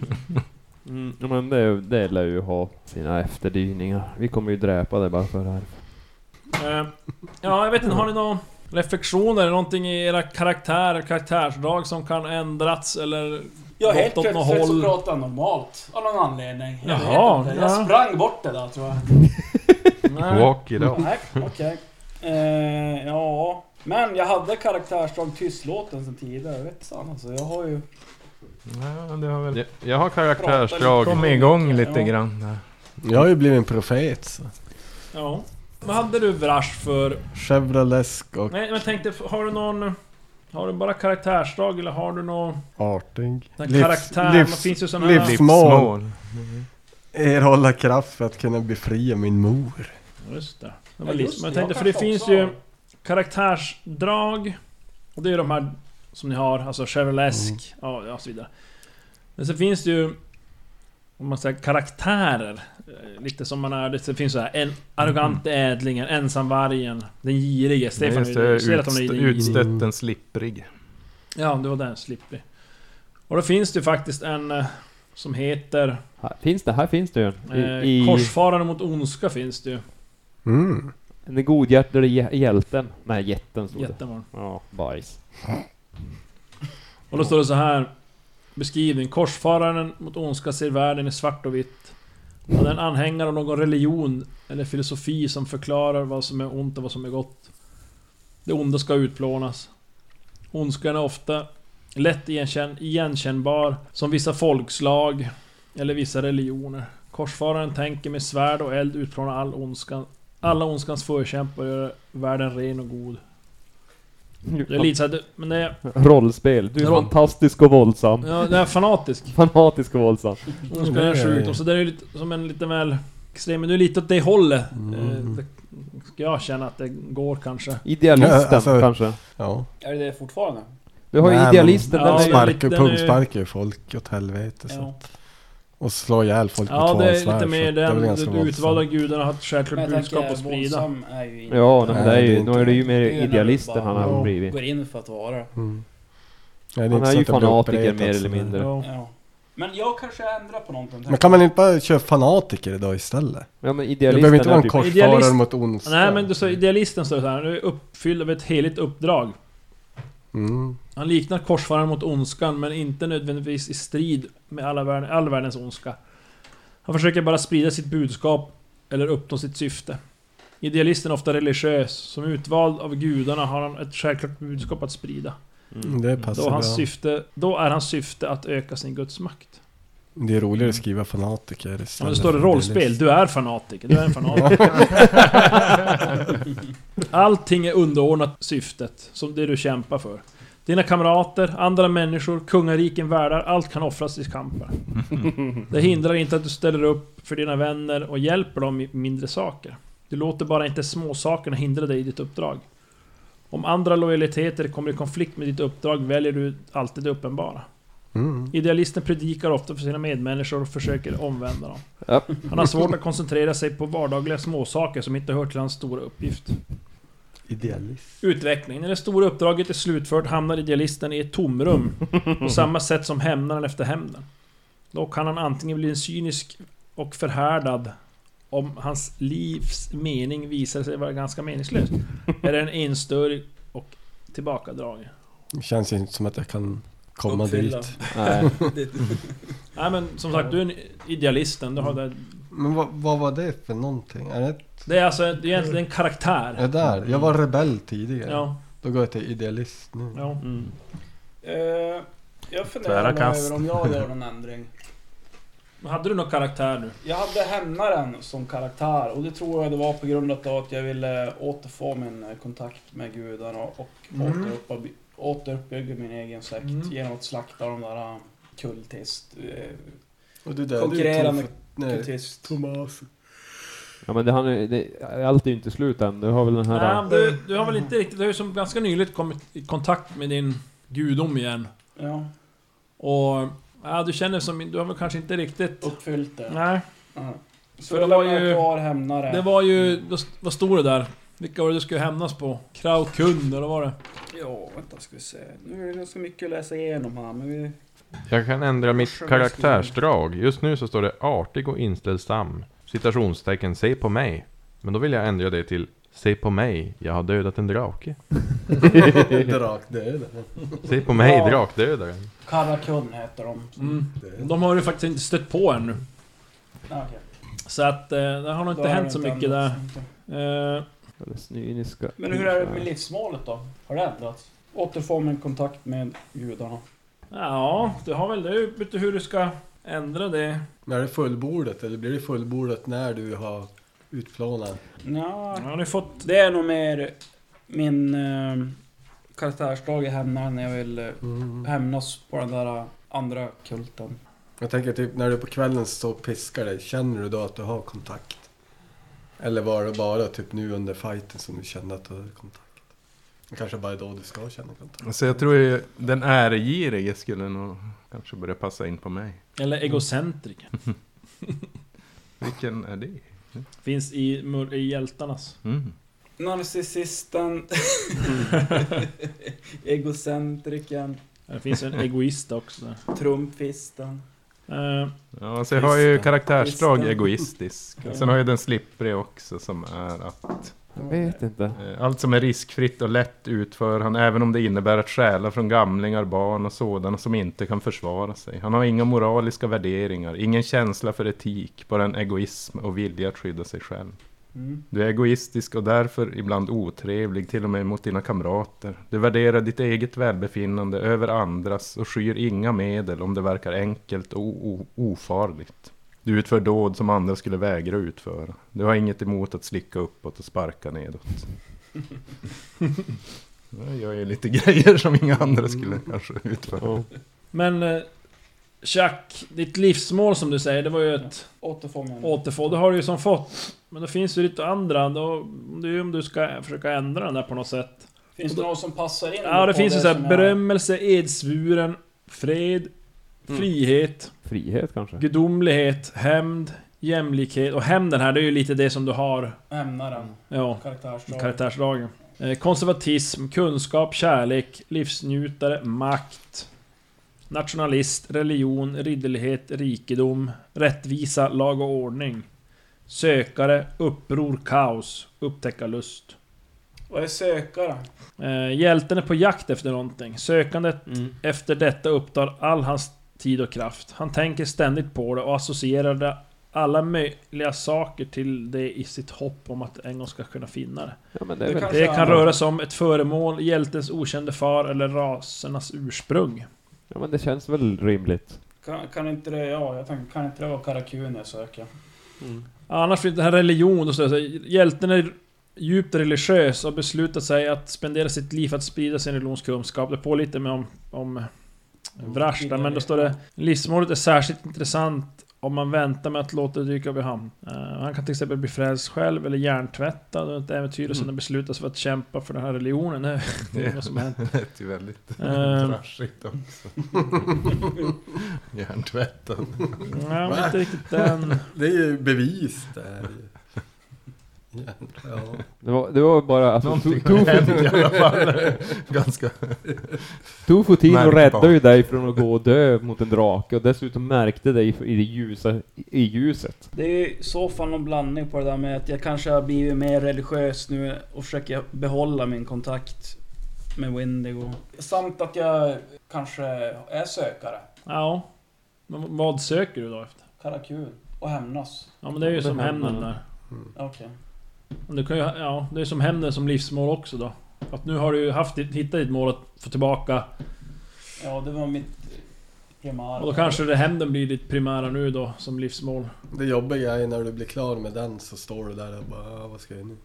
S3: Mm, ja, men det, det lär ju ha sina efterdyningar. Vi kommer ju dräpa det bara för det här.
S9: Mm.
S6: Eh, ja, jag vet inte, har ni några reflektioner? Någonting i era karaktärer, karaktärsdrag som kan ändrats eller...
S12: Ja,
S6: gått
S12: helt
S6: åt något
S12: plötsligt så
S6: håll?
S12: pratade han normalt. Av någon anledning. Jag vet
S6: Jaha,
S12: inte.
S6: ja.
S12: Jag sprang bort det där tror jag.
S6: Nej.
S2: Walk
S9: Mm.
S2: it off.
S12: Nej,
S7: Okej. Eh, ja. Men jag hade karaktärsdrag tystlåten sen tidigare, jag vet fan alltså. Jag har ju...
S9: Ja, det har väl
S2: Jag, jag har karaktärsdrag.
S9: kommit igång lite
S7: Ja.
S9: grann där.
S5: Jag har ju blivit en profet så.
S6: Ja. Vad hade du Vrash för...
S5: Chevrolesk och
S6: Nej, men jag tänkte, har du någon... Har du bara karaktärsdrag eller har du någon...
S5: artig.
S6: Den
S5: Livs-
S6: karaktär,
S5: livs-
S6: det finns ju såna
S5: livs-
S6: här...
S5: Small. Erhålla kraft för att kunna befria min mor.
S6: Just det. det
S12: Ja,
S6: var
S12: just
S6: livs. Men jag
S12: det,
S6: tänkte,
S12: jag
S6: för det
S12: kanske
S6: finns
S12: också
S6: ju
S12: har.
S6: karaktärsdrag. Och det är ju de här som ni har, alltså Chevrolesk
S9: Mm.
S6: ja, och så vidare. Men sen finns det ju... Om man säger karaktärer. eh, Lite som man är. Det finns så här en arrogant ädlingen, ensamvargen, den girige. Stefan,
S9: Mm. Just
S6: du
S9: det,
S6: ser att de är
S9: utst-
S6: girig.
S9: utstötten slipprig.
S6: Ja, det var den Slippy. Och då finns det ju faktiskt en eh, som heter
S3: Här finns det, här finns det ju en.
S6: eh,
S3: I, i
S6: Korsfararen mot ondska finns det ju.
S5: Mm.
S3: den godhjärtade hj- hjälten. Nej, jätten stod det.
S6: Jättemånga.
S3: Ja, bajs.
S6: Och då står det så här Beskrivning Korsfararen mot ondska ser världen i svart och vitt. Han är en anhängare av någon religion eller filosofi som förklarar vad som är ont och vad som är gott. Det onda ska utplånas. Ondskan är ofta lätt igenkänn- igenkännbar som vissa folkslag eller vissa religioner. Korsfararen tänker med svärd och eld utplåna all ondskan, alla ondskans förkämpar och göra världen ren och god. Det är lite såhär, men det är...
S3: Rollspel. Du är
S6: Roll-
S3: fantastisk och våldsam.
S6: Ja, det är fanatisk.
S3: Fanatisk och våldsam.
S6: Hon ska göra sjukdom, så det är ju lite som en lite väl extrem, men du är lite åt det hållet. Eh, Det ska jag känna att det går kanske.
S3: Idealisten
S5: Ja, alltså-
S3: kanske.
S5: Ja.
S7: Är det det fortfarande?
S3: Du har ju
S5: Nej, men-
S3: idealisten.
S6: Ja,
S3: den är ju-
S6: smart.
S5: Sparkar,
S6: den är-
S5: punksparkar ju folk åt helvete så.
S7: Ja.
S5: Och slå ihjäl folk med
S6: Ja, det är
S5: tvångsvärd,
S6: lite
S5: så
S6: mer
S5: det är väl
S6: den,
S5: ganska
S6: de utvalda
S5: våldsamt.
S6: gudarna har ett
S7: Men
S6: självklart
S7: jag
S6: budskap att
S7: tänker,
S6: sprida.
S7: våldsam är ju inte...
S3: Ja, nej, men
S5: Nej,
S3: det är
S5: det är
S3: ju,
S5: inte-
S3: då är det ju mer
S7: Det är ju när du
S3: idealisten
S7: bara-
S3: han har
S5: Ja.
S3: blivit.
S7: Går in för att vara det.
S5: Mm. Nej, det
S3: Han
S5: inte
S3: är
S5: så
S3: ju
S5: att jag blir
S3: fanatiker
S5: uppretad
S3: mer
S5: så
S3: eller
S5: där.
S3: mindre.
S6: Ja.
S7: Ja. Men jag kanske ändrar på någonting.
S5: Men kan man inte bara köra fanatiker idag istället?
S3: Ja men
S5: Det
S3: idealisten
S5: behöver inte vara
S3: är
S5: en
S3: typ...
S5: korsfarare
S6: Idealist-
S5: mot ondska.
S6: Nej men du sa idealisten står det så här, nu är uppfylld av ett heligt uppdrag.
S5: Mm.
S6: Han liknar korsfararen mot ondskan, men inte nödvändigtvis i strid med alla världen, all världens ondska. Han försöker bara sprida sitt budskap, eller uppnå sitt syfte. Idealisten är ofta religiös, som utvald av gudarna har han ett självklart budskap att sprida.
S5: Det passar
S8: Alltså,
S6: Då,
S5: bra.
S6: hans syfte, då är hans syfte att öka sin gudsmakt.
S8: Det är roligare att skriva fanatiker istället
S6: Mm. Ja, men det står det
S8: för
S6: rollspel,
S8: idealist.
S6: du är fanatiker, du är en fanatiker. Allting är underordnat syftet, som det du kämpar för. Dina kamrater, andra människor, kungariken, världar, allt kan offras i kampen. Det hindrar inte att du ställer upp för dina vänner och hjälper dem i mindre saker. Du låter bara inte småsakerna hindra dig i ditt uppdrag. Om andra lojaliteter kommer i konflikt med ditt uppdrag väljer du alltid det uppenbara.
S8: Mm.
S6: Idealisten predikar ofta för sina medmänniskor och försöker omvända dem.
S3: Ja.
S6: Han har svårt att koncentrera sig på vardagliga småsaker som inte hör till hans stora uppgift.
S8: Idealist.
S6: Utveckling. När det stora uppdraget är slutfört hamnar idealisten i ett tomrum på samma sätt som hämnaren efter hämnden. Då kan han antingen bli en cynisk och förhärdad om hans livs mening visar sig vara ganska meningslös. Eller en enstörig och tillbakadragen.
S8: Det känns inte som att jag kan komma
S7: Uppfylla.
S8: dit.
S3: Nej.
S7: Det-
S6: Nej men som sagt, du är en idealisten. Du har det,
S8: Men vad, vad var det för någonting? Är det,
S6: det är alltså det är egentligen en
S8: är det
S6: karaktär.
S8: där? Jag var rebell tidigare.
S6: Mm. Ja,
S8: Då går jag till idealist nu.
S6: ja.
S7: Mm. Eh, jag
S4: Tvära
S7: funderar nog
S4: kast.
S7: över om jag gör någon ändring.
S6: Men Hade du någon karaktär nu?
S7: Jag hade hämnaren som karaktär och det tror jag det var på grund av att jag ville återfå min eh, kontakt med gudarna och återuppby- återuppbygga min egen sekt
S6: Mm.
S7: genom att slakta de där eh, kultist... Eh,
S8: Och du där,
S7: konkurrerande
S8: du är Nej,
S7: kultist.
S8: Thomas.
S3: Ja men det, han, är- det, allt är ju inte slut än. Du har väl den
S6: Nej,
S3: här...
S6: men du, du har väl inte riktigt... Du har ju som ganska nyligt kommit i kontakt med din gudom igen.
S7: Ja,
S6: Och... Ja, du känner som... Du har väl kanske inte riktigt...
S7: uppfyllt det.
S6: Nej.
S7: Ja. Så
S6: För
S7: det
S6: det var
S7: var ju...
S6: ju-
S7: kvar hämnare.
S6: Det var ju... Vad st- vad stod det där? Vilka var det du skulle hämnas på? Kraukund, eller vad var det?
S7: Ja, vänta ska vi se. Nu är det ganska mycket att läsa igenom här men vi...
S2: Jag kan ändra mitt karaktärsdrag. Just nu så står det artig och inställsam. Citationstecken, se på mig. Men då vill jag ändra det till se på mig, jag har dödat en drake.
S8: Drakdöden.
S2: Se på mig,
S7: Ja.
S2: drakdödaren.
S7: Karakun heter de.
S6: Mm. De har du faktiskt inte stött på ännu.
S7: Ja, okej.
S6: Så att... Eh, det har nog
S7: Då
S6: inte
S7: har
S6: hänt
S7: det
S6: så
S7: inte
S6: mycket där.
S7: ändrats.
S6: Eh,
S3: Eller cyniska...
S7: Men hur är det med livsmålet då? Har det ändrats? Återfå min kontakt med gudarna.
S6: ja, du har väl... Det är ju lite hur du ska ändra det.
S8: Är det fullbordat eller blir det fullbordat när du har utplånat?
S6: Ja,
S7: Ja,
S6: har ni fått...
S7: det är nog mer min eh, karaktärsdrag i hämnaren när jag vill eh,
S8: Mm.
S7: hämnas på den där eh, andra kulten.
S8: Jag tänker typ när du på kvällen står och piskar dig, känner du då att du har kontakt? Eller var det bara typ nu under fighten som du kände att du hade kontakt? Det kanske bara är då du ska känna kontakt.
S9: Så jag tror ju den äregirige skulle nog kanske börja passa in på mig.
S6: Eller egocentriker.
S9: Vilken är det?
S6: Finns i, mur- i hjältarnas.
S9: Mm.
S7: Narcissisten. Egocentriken.
S6: Det finns en egoist också.
S7: Trumpfisten.
S6: Eh,
S9: Ja, så jag har ju
S7: Kristen.
S9: karaktärsdrag
S7: Kristen.
S9: egoistisk.
S7: Ja.
S9: Sen har jag den slippriga också som är att
S3: Jag vet inte.
S9: eh, allt som är riskfritt och lätt utför han även om det innebär att stjäla från gamlingar, barn och sådana som inte kan försvara sig. Han har inga moraliska värderingar, ingen känsla för etik, bara en egoism och vilja att skydda sig själv.
S7: Mm.
S9: Du är egoistisk och därför ibland otrevlig, till och med mot dina kamrater. Du värderar ditt eget välbefinnande över andras och skyr inga medel om det verkar enkelt och o- ofarligt. Du utför dåd som andra skulle vägra utföra. Du har inget emot att slicka uppåt och sparka nedåt. Jag gör ju lite grejer som inga
S6: Mm.
S9: andra skulle kanske utföra.
S6: men eh, Jack, ditt livsmål som du säger, det var ju ett
S7: Återfå min...
S6: återfå. Det har du ju som fått. Men det finns ju lite andra. Då, det är ju om du ska försöka ändra den där på något sätt.
S7: Finns det någon som passar in?
S6: Ja, det
S7: på
S6: finns ju
S7: som
S6: såhär
S7: jag-
S6: berömmelse, edsvuren, fred,
S3: Mm.
S6: frihet,
S3: Frihet kanske?
S6: gudomlighet, hämnd, jämlikhet. Och hämnden här, det är ju lite det som du har.
S7: Hämnaren.
S6: Ja.
S7: Karaktärsdrag.
S6: karaktärsdragen. Eh, Konservatism, kunskap, kärlek, livsnjutare, makt. Nationalist, religion, ridderlighet, rikedom, rättvisa, lag och ordning. Sökare, uppror, kaos, upptäckarlust.
S7: Vad är sökare?
S6: Eh, Hjälten är på jakt efter någonting. Sökandet efter detta upptar all hans tid och kraft. Han tänker ständigt på det och associerar det- alla möjliga saker till det i sitt hopp om att en gång ska kunna finna det.
S3: Ja men det
S7: Det
S3: är väl...
S7: kanske-
S6: Det kan röra sig om ett föremål, hjältens okände far eller rasernas ursprung.
S3: Ja men det känns väl rimligt.
S7: Kan, kan inte det... Ja, jag tänkte, kan inte det vara Karakun jag söker?
S6: Annars finns det här religion och sådär. Hjälten är djupt religiös och beslutat sig att spendera sitt liv för att sprida sin religionskunskap. Det på lite med om, om Vrash där, men då står det Livsmålet är särskilt intressant om man väntar med att låta det dyka upp i hamn. Eh, han kan till exempel bli frälst själv eller hjärntvättad och ett äventyr och sedan besluta sig för att kämpa för den här religionen. Det är vad som hänt.
S9: Det lät ju väldigt
S6: Ehm.
S9: trashigt också. Hjärntvättad.
S6: Nej, men inte riktigt den...
S8: Det är ju bevis det här. Ja. ja.
S3: Det var, det var bara alltså,
S9: Någonting
S3: to,
S9: har
S3: tofu,
S9: hänt i alla fall. Ganska...
S3: tofu Tino
S9: Märkbart.
S3: räddade ju dig från att gå och dö mot en drake och dessutom märkte dig i- i, det ljusa, i ljuset.
S7: Det är i så fall någon blandning på det där med att jag kanske har blivit mer religiös nu och försöker behålla min kontakt med Wendigo. Samt att jag kanske är sökare.
S6: Ja. Men vad söker du då efter?
S7: Karakun. Och hämnas.
S6: Ja men det är ju
S3: Det
S6: som
S3: hämnden.
S6: hämnden där.
S7: Okej.
S6: Men Du kan ju, ja, det är som hämnden som livsmål också då. Att nu har du ju haft, ditt- hittat ditt mål att få tillbaka.
S7: Ja, det var mitt primära.
S6: Och då kanske det hämnden blir ditt primära nu då, som livsmål.
S8: Det jobbiga är när du blir klar med den så står du där och bara, "Ah, vad ska jag nu?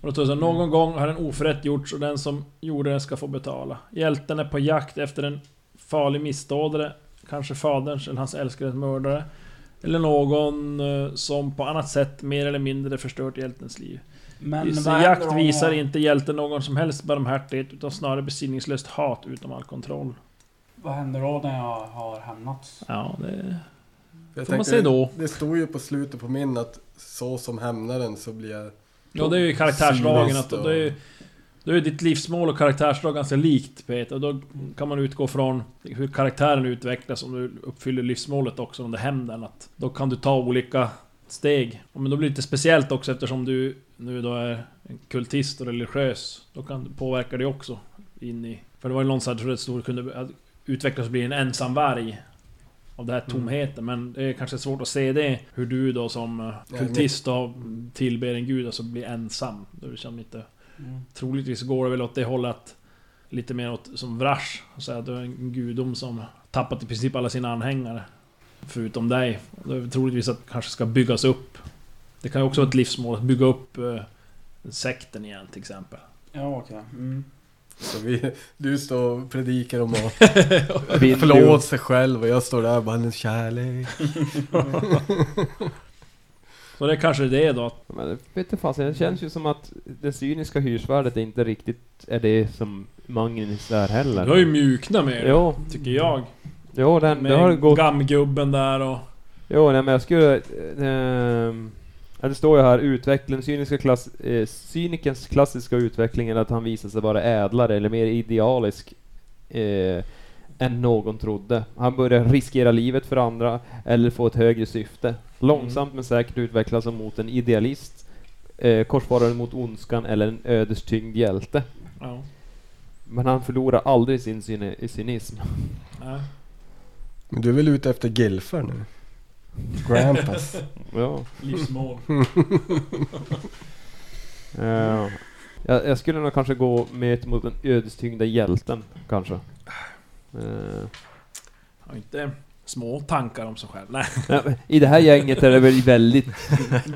S6: Och då står det så här, någon gång har en oförrätt gjorts och den som gjorde den ska få betala. Hjälten är på jakt efter en farlig missdådare, kanske faderns eller hans älskares mördare. Eller någon eh, som på annat sätt mer eller mindre förstört hjältens liv.
S7: Men
S6: I sin
S7: vad händer
S6: jakt
S7: om-
S6: visar inte hjälten någon som helst barmhärtighet utan snarare besinningslöst hat utom all kontroll.
S7: Vad händer då när jag har hämnats?
S6: Ja, det...
S8: Jag
S6: Får
S8: tänker,
S6: man se då?
S8: Det stod ju på slutet på min att så som hämnaren så blir jag...
S6: Ja, det är ju karaktärsdragen. Att
S8: Cyniskt och-
S6: det är, ju- då är ju ditt livsmål och karaktärsdrag ganska likt Peter. Och då kan man utgå från hur karaktären utvecklas om du uppfyller livsmålet också under hämnden. Att då kan du ta olika steg. Och Men då blir det lite speciellt också eftersom du nu då är en kultist och religiös. Då kan du påverka det också. In i, för det var ju någon som hade stor kunde att utvecklas och bli en ensam varg. Av den här tomheten. Men det är kanske svårt att se det. Hur du då som eh,
S8: men-
S6: kultist då tillber en gud och så blir ensam. Då är det känner inte...
S7: Mm.
S6: Troligtvis går det väl åt det hållet Lite mer åt som Vrash och säga att du är en gudom som tappat i princip alla sina anhängare Förutom dig Det är väl troligtvis att det kanske ska byggas upp Det kan ju också vara ett livsmål att bygga upp eh, sekten igen till exempel
S7: Ja, okej. Mm.
S8: Så vi, du står och predikar om att
S3: Vill du-
S8: förlåt sig själv och jag står där och bara, "Men kärlek.
S6: Så det är kanske det då att,
S3: Ja, Men vet du fasen, det känns ju som att det cyniska hyresvärdet inte riktigt är det som Magnus är heller.
S6: Du har ju mjuknat med det
S3: Jo,
S6: Tycker jag
S3: jo den, det har
S6: Med
S3: gått...
S6: gammgubben där och
S3: Jo, nej men jag skulle... ehm, ja, det står ju här, utveckling, den cyniska klass, eh, cynikens klassiska utveckling är att han visar sig vara ädlare eller mer idealisk eh, än någon trodde. Han börjar riskera livet för andra eller få ett högre syfte. Långsamt men säkert utvecklas han mot en idealist, eh, korsfararen mot ondskan eller en ödestyngd hjälte.
S6: ja,
S3: Men han förlorar aldrig sin cyni- cynism.
S6: nej.
S8: Men du är väl ute efter Gilfer nu? Grampus.
S3: Ja.
S6: Livsmål
S3: Eh, jag, jag skulle nog kanske gå med mot den ödestyngda hjälten, kanske. Eh,
S6: Har inte små tankar om sig själv Nej.
S3: nej, men I det här gänget är det väl väldigt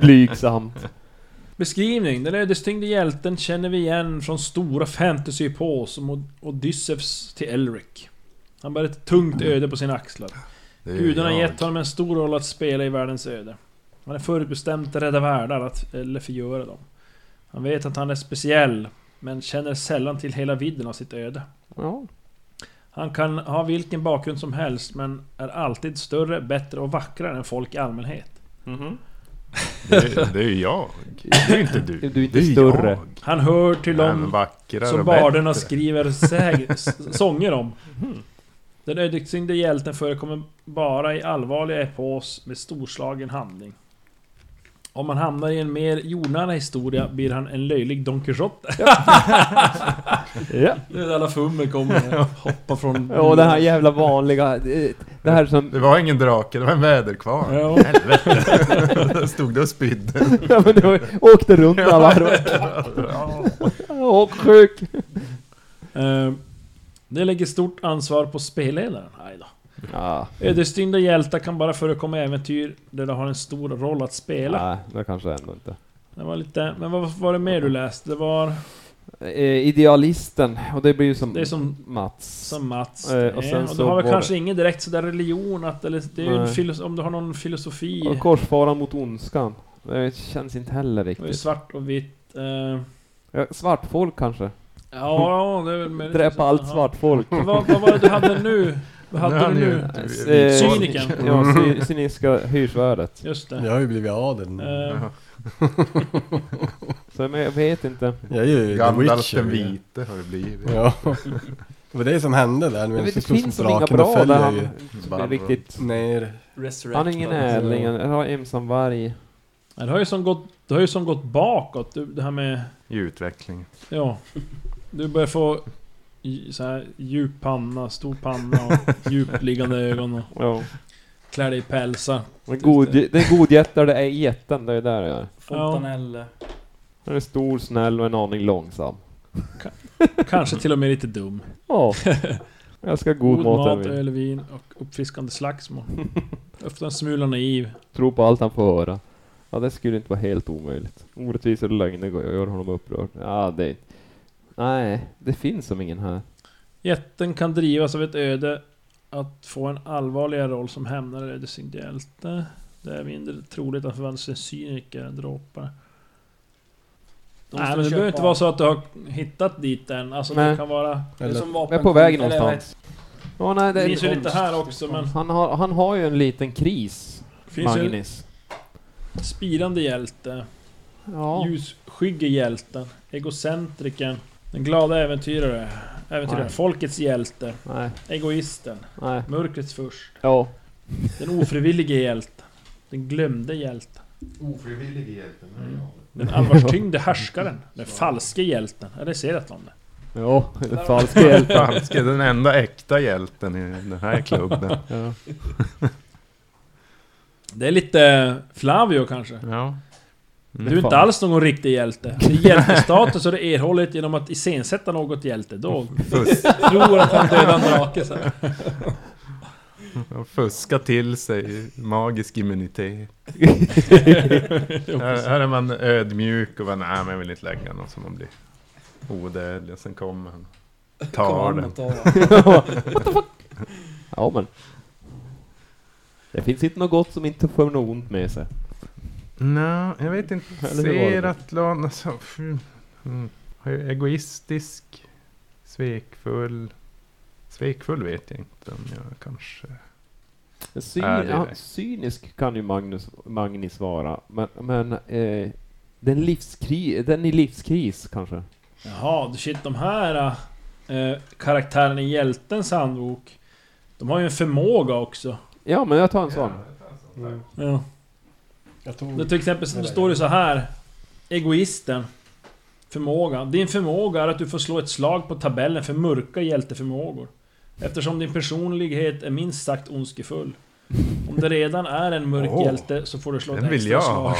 S3: blygsamt.
S6: Beskrivning. Den ödestyngde hjälten känner vi igen från stora fantasyepos som Od- Odysseus till Elric. Han bär ett tungt öde på sina axlar.
S9: Det är ju
S6: Gudarna har
S9: jag.
S6: gett honom en stor roll att spela i världens öde. Han är förutbestämd att rädda världar, att, eller förgöra dem. Han vet att han är speciell, men känner sällan till hela vidden av sitt öde.
S3: Ja.
S6: Han kan ha vilken bakgrund som helst, men är alltid större, bättre och vackrare än folk i allmänhet.
S9: Det är, det är ju jag. Det är ju inte du.
S3: Du är inte
S9: det är
S3: större.
S9: Jag.
S6: Han hör till
S9: Jag är även
S6: dem
S9: vackrare
S6: Som
S9: och
S6: barderna
S9: bättre.
S6: skriver säg, s- sånger om. Den ödesdigna hjälten förekommer bara i allvarliga epos med storslagen handling. Om man hamnar i en mer jordnära historia blir han en löjlig Don Quijote.
S3: Ja.
S6: Det är där alla fummel kommer och hoppar från...
S3: Och den här jävla vanliga... Det, det här som...
S9: Det var ingen drake, det var en väderkvarn.
S6: Ja.
S9: Helvete! Stod du och spydde?
S3: Ja, men det var, åkte runt med alla här och... Och sjuk!
S6: Eh, Det lägger stort ansvar på spelledaren. Nej då.
S3: Ja.
S6: Ödesdigra hjältar kan bara förekomma i äventyr där de har en stor roll att spela.
S3: Nej, det kanske ändå inte.
S6: Det var lite... Men vad var det mer du läste? Det var...
S3: Eh, idealisten, och det blir ju som,
S6: Det är som-
S3: Mats.
S6: Som Mats.
S3: Eh, och
S6: och,
S3: sen
S6: och
S3: så
S6: du har väl
S3: var
S6: kanske
S3: det-
S6: ingen direkt sådär religion att, eller det är ju en
S3: Nej.
S6: filos- om du har någon filosofi.
S3: Och korsfaran mot ondskan. Det känns inte heller
S6: Det var ju
S3: riktigt.
S6: svart och vitt. eh,
S3: Ja, svart folk kanske?
S6: Ja, det är väl möjligt.
S3: Dräpa allt
S6: Jaha.
S3: svart folk.
S6: Vad, vad var det du hade nu? Vad
S9: Nu
S6: hade
S9: hade
S6: du
S9: jag
S6: nu?
S9: ju-
S3: Eh,
S6: Cynikern.
S3: Ja, cy- cyniska hyrsvärdet.
S6: Just det.
S8: Jag har ju blivit adeln.
S6: Eh,
S3: Så men jag vet inte.
S8: Jag är ju The
S9: Gandalf
S8: Witcher.
S9: den vite har det blivit.
S8: Ja. Det var det som hände där. Nu
S3: Jag vet,
S8: så
S3: det
S8: stod som
S3: finns som inga
S8: draken och
S3: bra där
S8: följer
S3: han
S8: ju
S3: som är
S9: Barro.
S3: riktigt...
S8: ner.
S12: Resurrect
S3: Han är ingen
S12: bara.
S3: ädling, han har ensam varg.
S6: det har ju som gått, det har ju som gått bakåt, du- det här med...
S9: I utveckling.
S6: Ja. Du börjar få j- så här djup panna, stor panna och djupliggande ögon och
S3: Ja.
S6: klär dig i pälsar.
S3: Men god, det är godjättar, det är jätten, det är där jag är.
S12: Fontanelle.
S3: Han är stor, snäll och en aning långsam.
S6: Kanske till och med lite dum.
S3: Ja. Jag ska ha god, mat, mat
S6: öl, vin och uppfriskande slagsmål. Ofta en smula naiv.
S3: Tro på allt han får höra. Ja, det skulle inte vara helt omöjligt. Orättvisor och lögner går- gör honom upprörd. Ja, det... Nej, det finns som ingen här.
S6: Jätten kan drivas av ett öde att få en allvarligare roll som hämnare eller ödesdigd hjälte. Det är mindre troligt att förvandlas till en cyniker än dråpare.
S12: De
S6: Nej
S12: som
S6: men det behöver
S12: köper-
S6: inte vara så att du har hittat dit än. Alltså
S3: Nej.
S6: det kan vara...
S12: Det är som
S3: Jag
S12: vapen-
S3: är på väg
S12: eller
S3: någonstans. Ja, nej, det
S6: Det
S3: är
S6: finns ju lite här också men...
S3: Han har, han har ju en liten kris,
S6: Finns ju
S3: Magnus.
S6: en spirande hjälte.
S3: Ja.
S6: Ljusskygge hjälten. Egocentriken. Den glada äventyrare. Äventyraren.
S3: Nej.
S6: Folkets hjälte.
S3: Nej,
S6: Egoisten.
S3: nej.
S6: Mörkrets först.
S3: Ja.
S6: Den ofrivillige hjälten. Den glömde hjälten.
S2: Ofrivillig hjälten.
S6: Den allvarstyngde härskaren. Den falske hjälten. Ja, det ser jag om det.
S3: Ja, en falsk hjälp.
S9: Falske, den enda äkta hjälten i den här klubben.
S3: Ja.
S6: Det är lite eh, Flavio kanske.
S9: Ja.
S6: Du är inte alls någon riktig hjälte. Det är Hjältestatus har du erhållit genom att iscensätta något hjältedåg.
S9: Fus,
S6: Tror att han dödar en drake så här.
S9: fuska till sig magisk immunitet. Här, här är man ödmjuk och bara, nej men jag vill inte lägga någon som man blir odödlig. Och sen kommer han. Tar
S12: Kom
S9: den.
S12: och ta den.
S3: ja, men. Det finns inte något gott som inte för något ont med sig.
S9: Nej, jag vet inte.
S3: Eller hur var det?
S9: Ser att Lan... Alltså, f- mm, har ju egoistisk, svekfull. Svekfull vet jag inte om jag kanske...
S3: Syn,
S9: Ärlig
S3: ja,
S9: väg.
S3: cynisk kan ju Magnus, Magnus vara, men, men eh, den, livskri, den i livskris kanske?
S6: Jaha, du, shit de här äh, karaktärerna i Hjältens handbok. De har ju en förmåga också.
S3: Ja, men jag tar en sån.
S6: Ja.
S5: Jag tog...
S6: Det till exempel det står det så här. Egoisten. Förmåga. Din förmåga är att du får slå ett slag på tabellen för mörka hjälteförmågor. Eftersom din personlighet är minst sagt ondskefull. Om det redan är en mörk
S9: Åh,
S6: hjälte så får du slå ett
S9: Den vill
S6: extra
S9: jag
S6: slag.
S9: ha.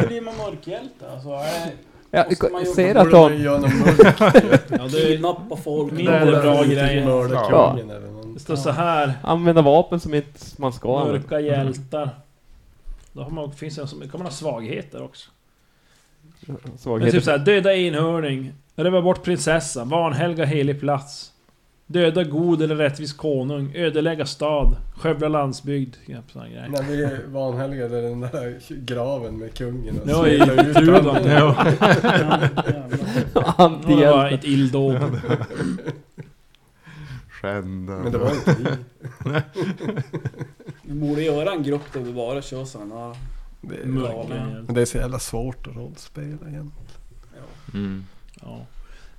S12: Hur blir man mörkhjälte? Alltså, är-
S3: Ja,
S12: Måste man
S3: jag
S12: ju-
S3: ser
S5: Borde
S3: att de...
S5: man göra någon mörk-
S6: Ja, det,
S12: Kidnappa folk.
S6: Mindre
S12: Mörda
S6: bra
S12: folk.
S6: grejer.
S5: mörda
S3: Ja.
S5: kungen eller någon.
S6: det står så här.
S3: Använda vapen som inte man ska använda.
S6: Mörka hjältar. Då har man, finns det en som, kan man ha svagheter också. Men typ
S3: Svagheter.
S6: såhär, döda enhörning, röva bort prinsessa, vanhelga helig plats. Döda god eller rättvis konung, ödelägga stad, skövla landsbygd. Ja, såna grejer.
S5: När vi vanhelgade den där graven med kungen och
S6: Ja,
S5: så
S6: i
S5: la ut
S6: Tudor.
S5: handen.
S6: Ja. Det var bara
S3: Antihjälte.
S6: ett illdåd.
S9: Skända.
S5: Men det var inte vi.
S12: Vi borde göra en grupp där vi bara kör sådana.
S8: Det är,
S12: Mörk.
S6: Mörka
S12: men-
S6: hjältar.
S8: men det är så jävla svårt att rollspela igen.
S9: Mm.
S6: Ja.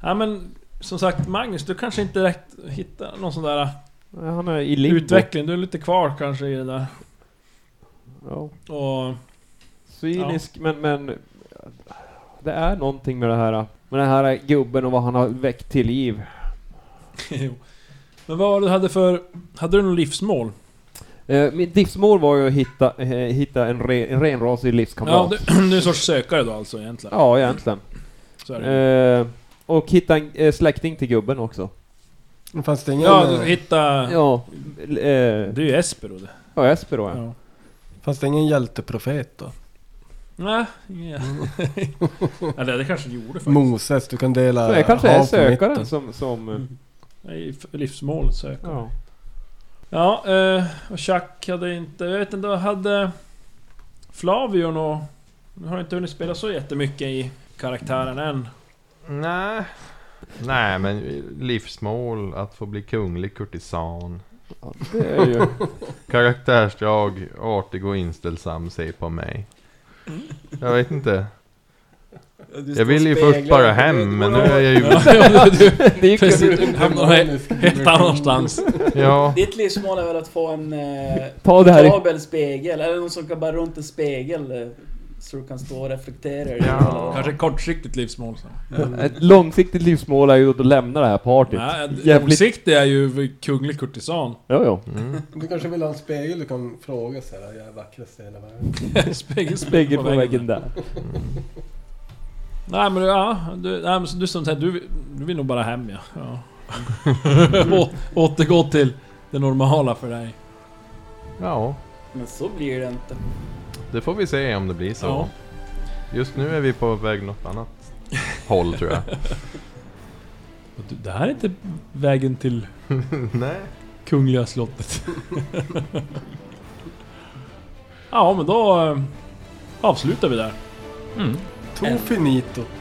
S6: ja men som sagt Magnus, du kanske inte direkt hittar någon sån där
S3: Han är i limbo.
S6: utveckling. Du är lite kvar kanske i det där.
S3: Ja.
S6: Och...
S3: Cynisk, men, men... Det är någonting med det här. Med den här gubben och vad han har väckt till liv.
S6: jo. Men vad var det du hade för... Hade du något livsmål?
S3: Eh, mitt livsmål var ju att hitta, eh, hitta en, re, en renrasig
S6: Ja,
S3: livskamrat.
S6: du, du är en sorts sökare då alltså egentligen?
S3: ja egentligen.
S6: Så är det.
S3: Eh, och hitta en eh, släkting till gubben också.
S8: Men Fanns det ingen,
S6: Ja,
S8: eh,
S6: du hittar...
S3: Ja. l- Eh,
S6: Det är ju Espero det.
S3: ja, Espero ja.
S6: Ja.
S8: fanns det ingen hjälteprofet då?
S6: Nej, inga... Eller det kanske det gjorde faktiskt.
S8: Moses, du kan dela
S3: Så det kanske är
S8: hav på mitten.
S3: sökaren som... som eh,
S6: Nej, f- Livsmål söker.
S3: ja.
S6: Ja, eh, och Chuck hade inte... Jag vet inte, hade Flavio nå... Nu har jag inte hunnit spela så jättemycket i karaktären än.
S2: Nej. Nej, men livsmål, att få bli kunglig kurtisan.
S3: ja, det är ju...
S2: Karaktärsdrag, artig och inställsam, säg på mig. Jag vet inte. Jag ville ju först bara hem, men nu är jag ju...
S3: det gick ju...
S6: Precis, hamnar he- helt annanstans.
S2: Ja,
S12: Ditt livsmål är väl att få en eh,
S3: Ta det här i...
S12: portabel spegel? Eller någon som kan bara runt en spegel eh, så du kan stå och reflektera.
S2: Ja.
S6: Kanske ett kortsiktigt livsmål. Så.
S3: Ett långsiktigt livsmål är ju att lämna det här partyt.
S6: Nej,
S3: Jävligt-
S6: långsiktigt är ju kunglig kurtisan.
S3: Ja, ja.
S2: mm.
S5: Du kanske vill ha en spegel du kan fråga så här, jag är vackrast i hela världen.
S6: Spegel,
S3: Spegel på väggen där.
S6: Nej men du, ja, du, nej, men så du som säger, du, vill- du vill nog bara hem ja. ja. Å, återgå till det normala för dig.
S2: ja,
S12: Men så blir det inte.
S2: det får vi se om det blir så.
S6: Ja.
S2: Just nu är vi på väg något annat håll, tror jag.
S6: Och du, Det här är inte vägen till
S2: Nej.
S6: kungliga slottet. ja men då eh, avslutar vi där.
S8: Tofinito.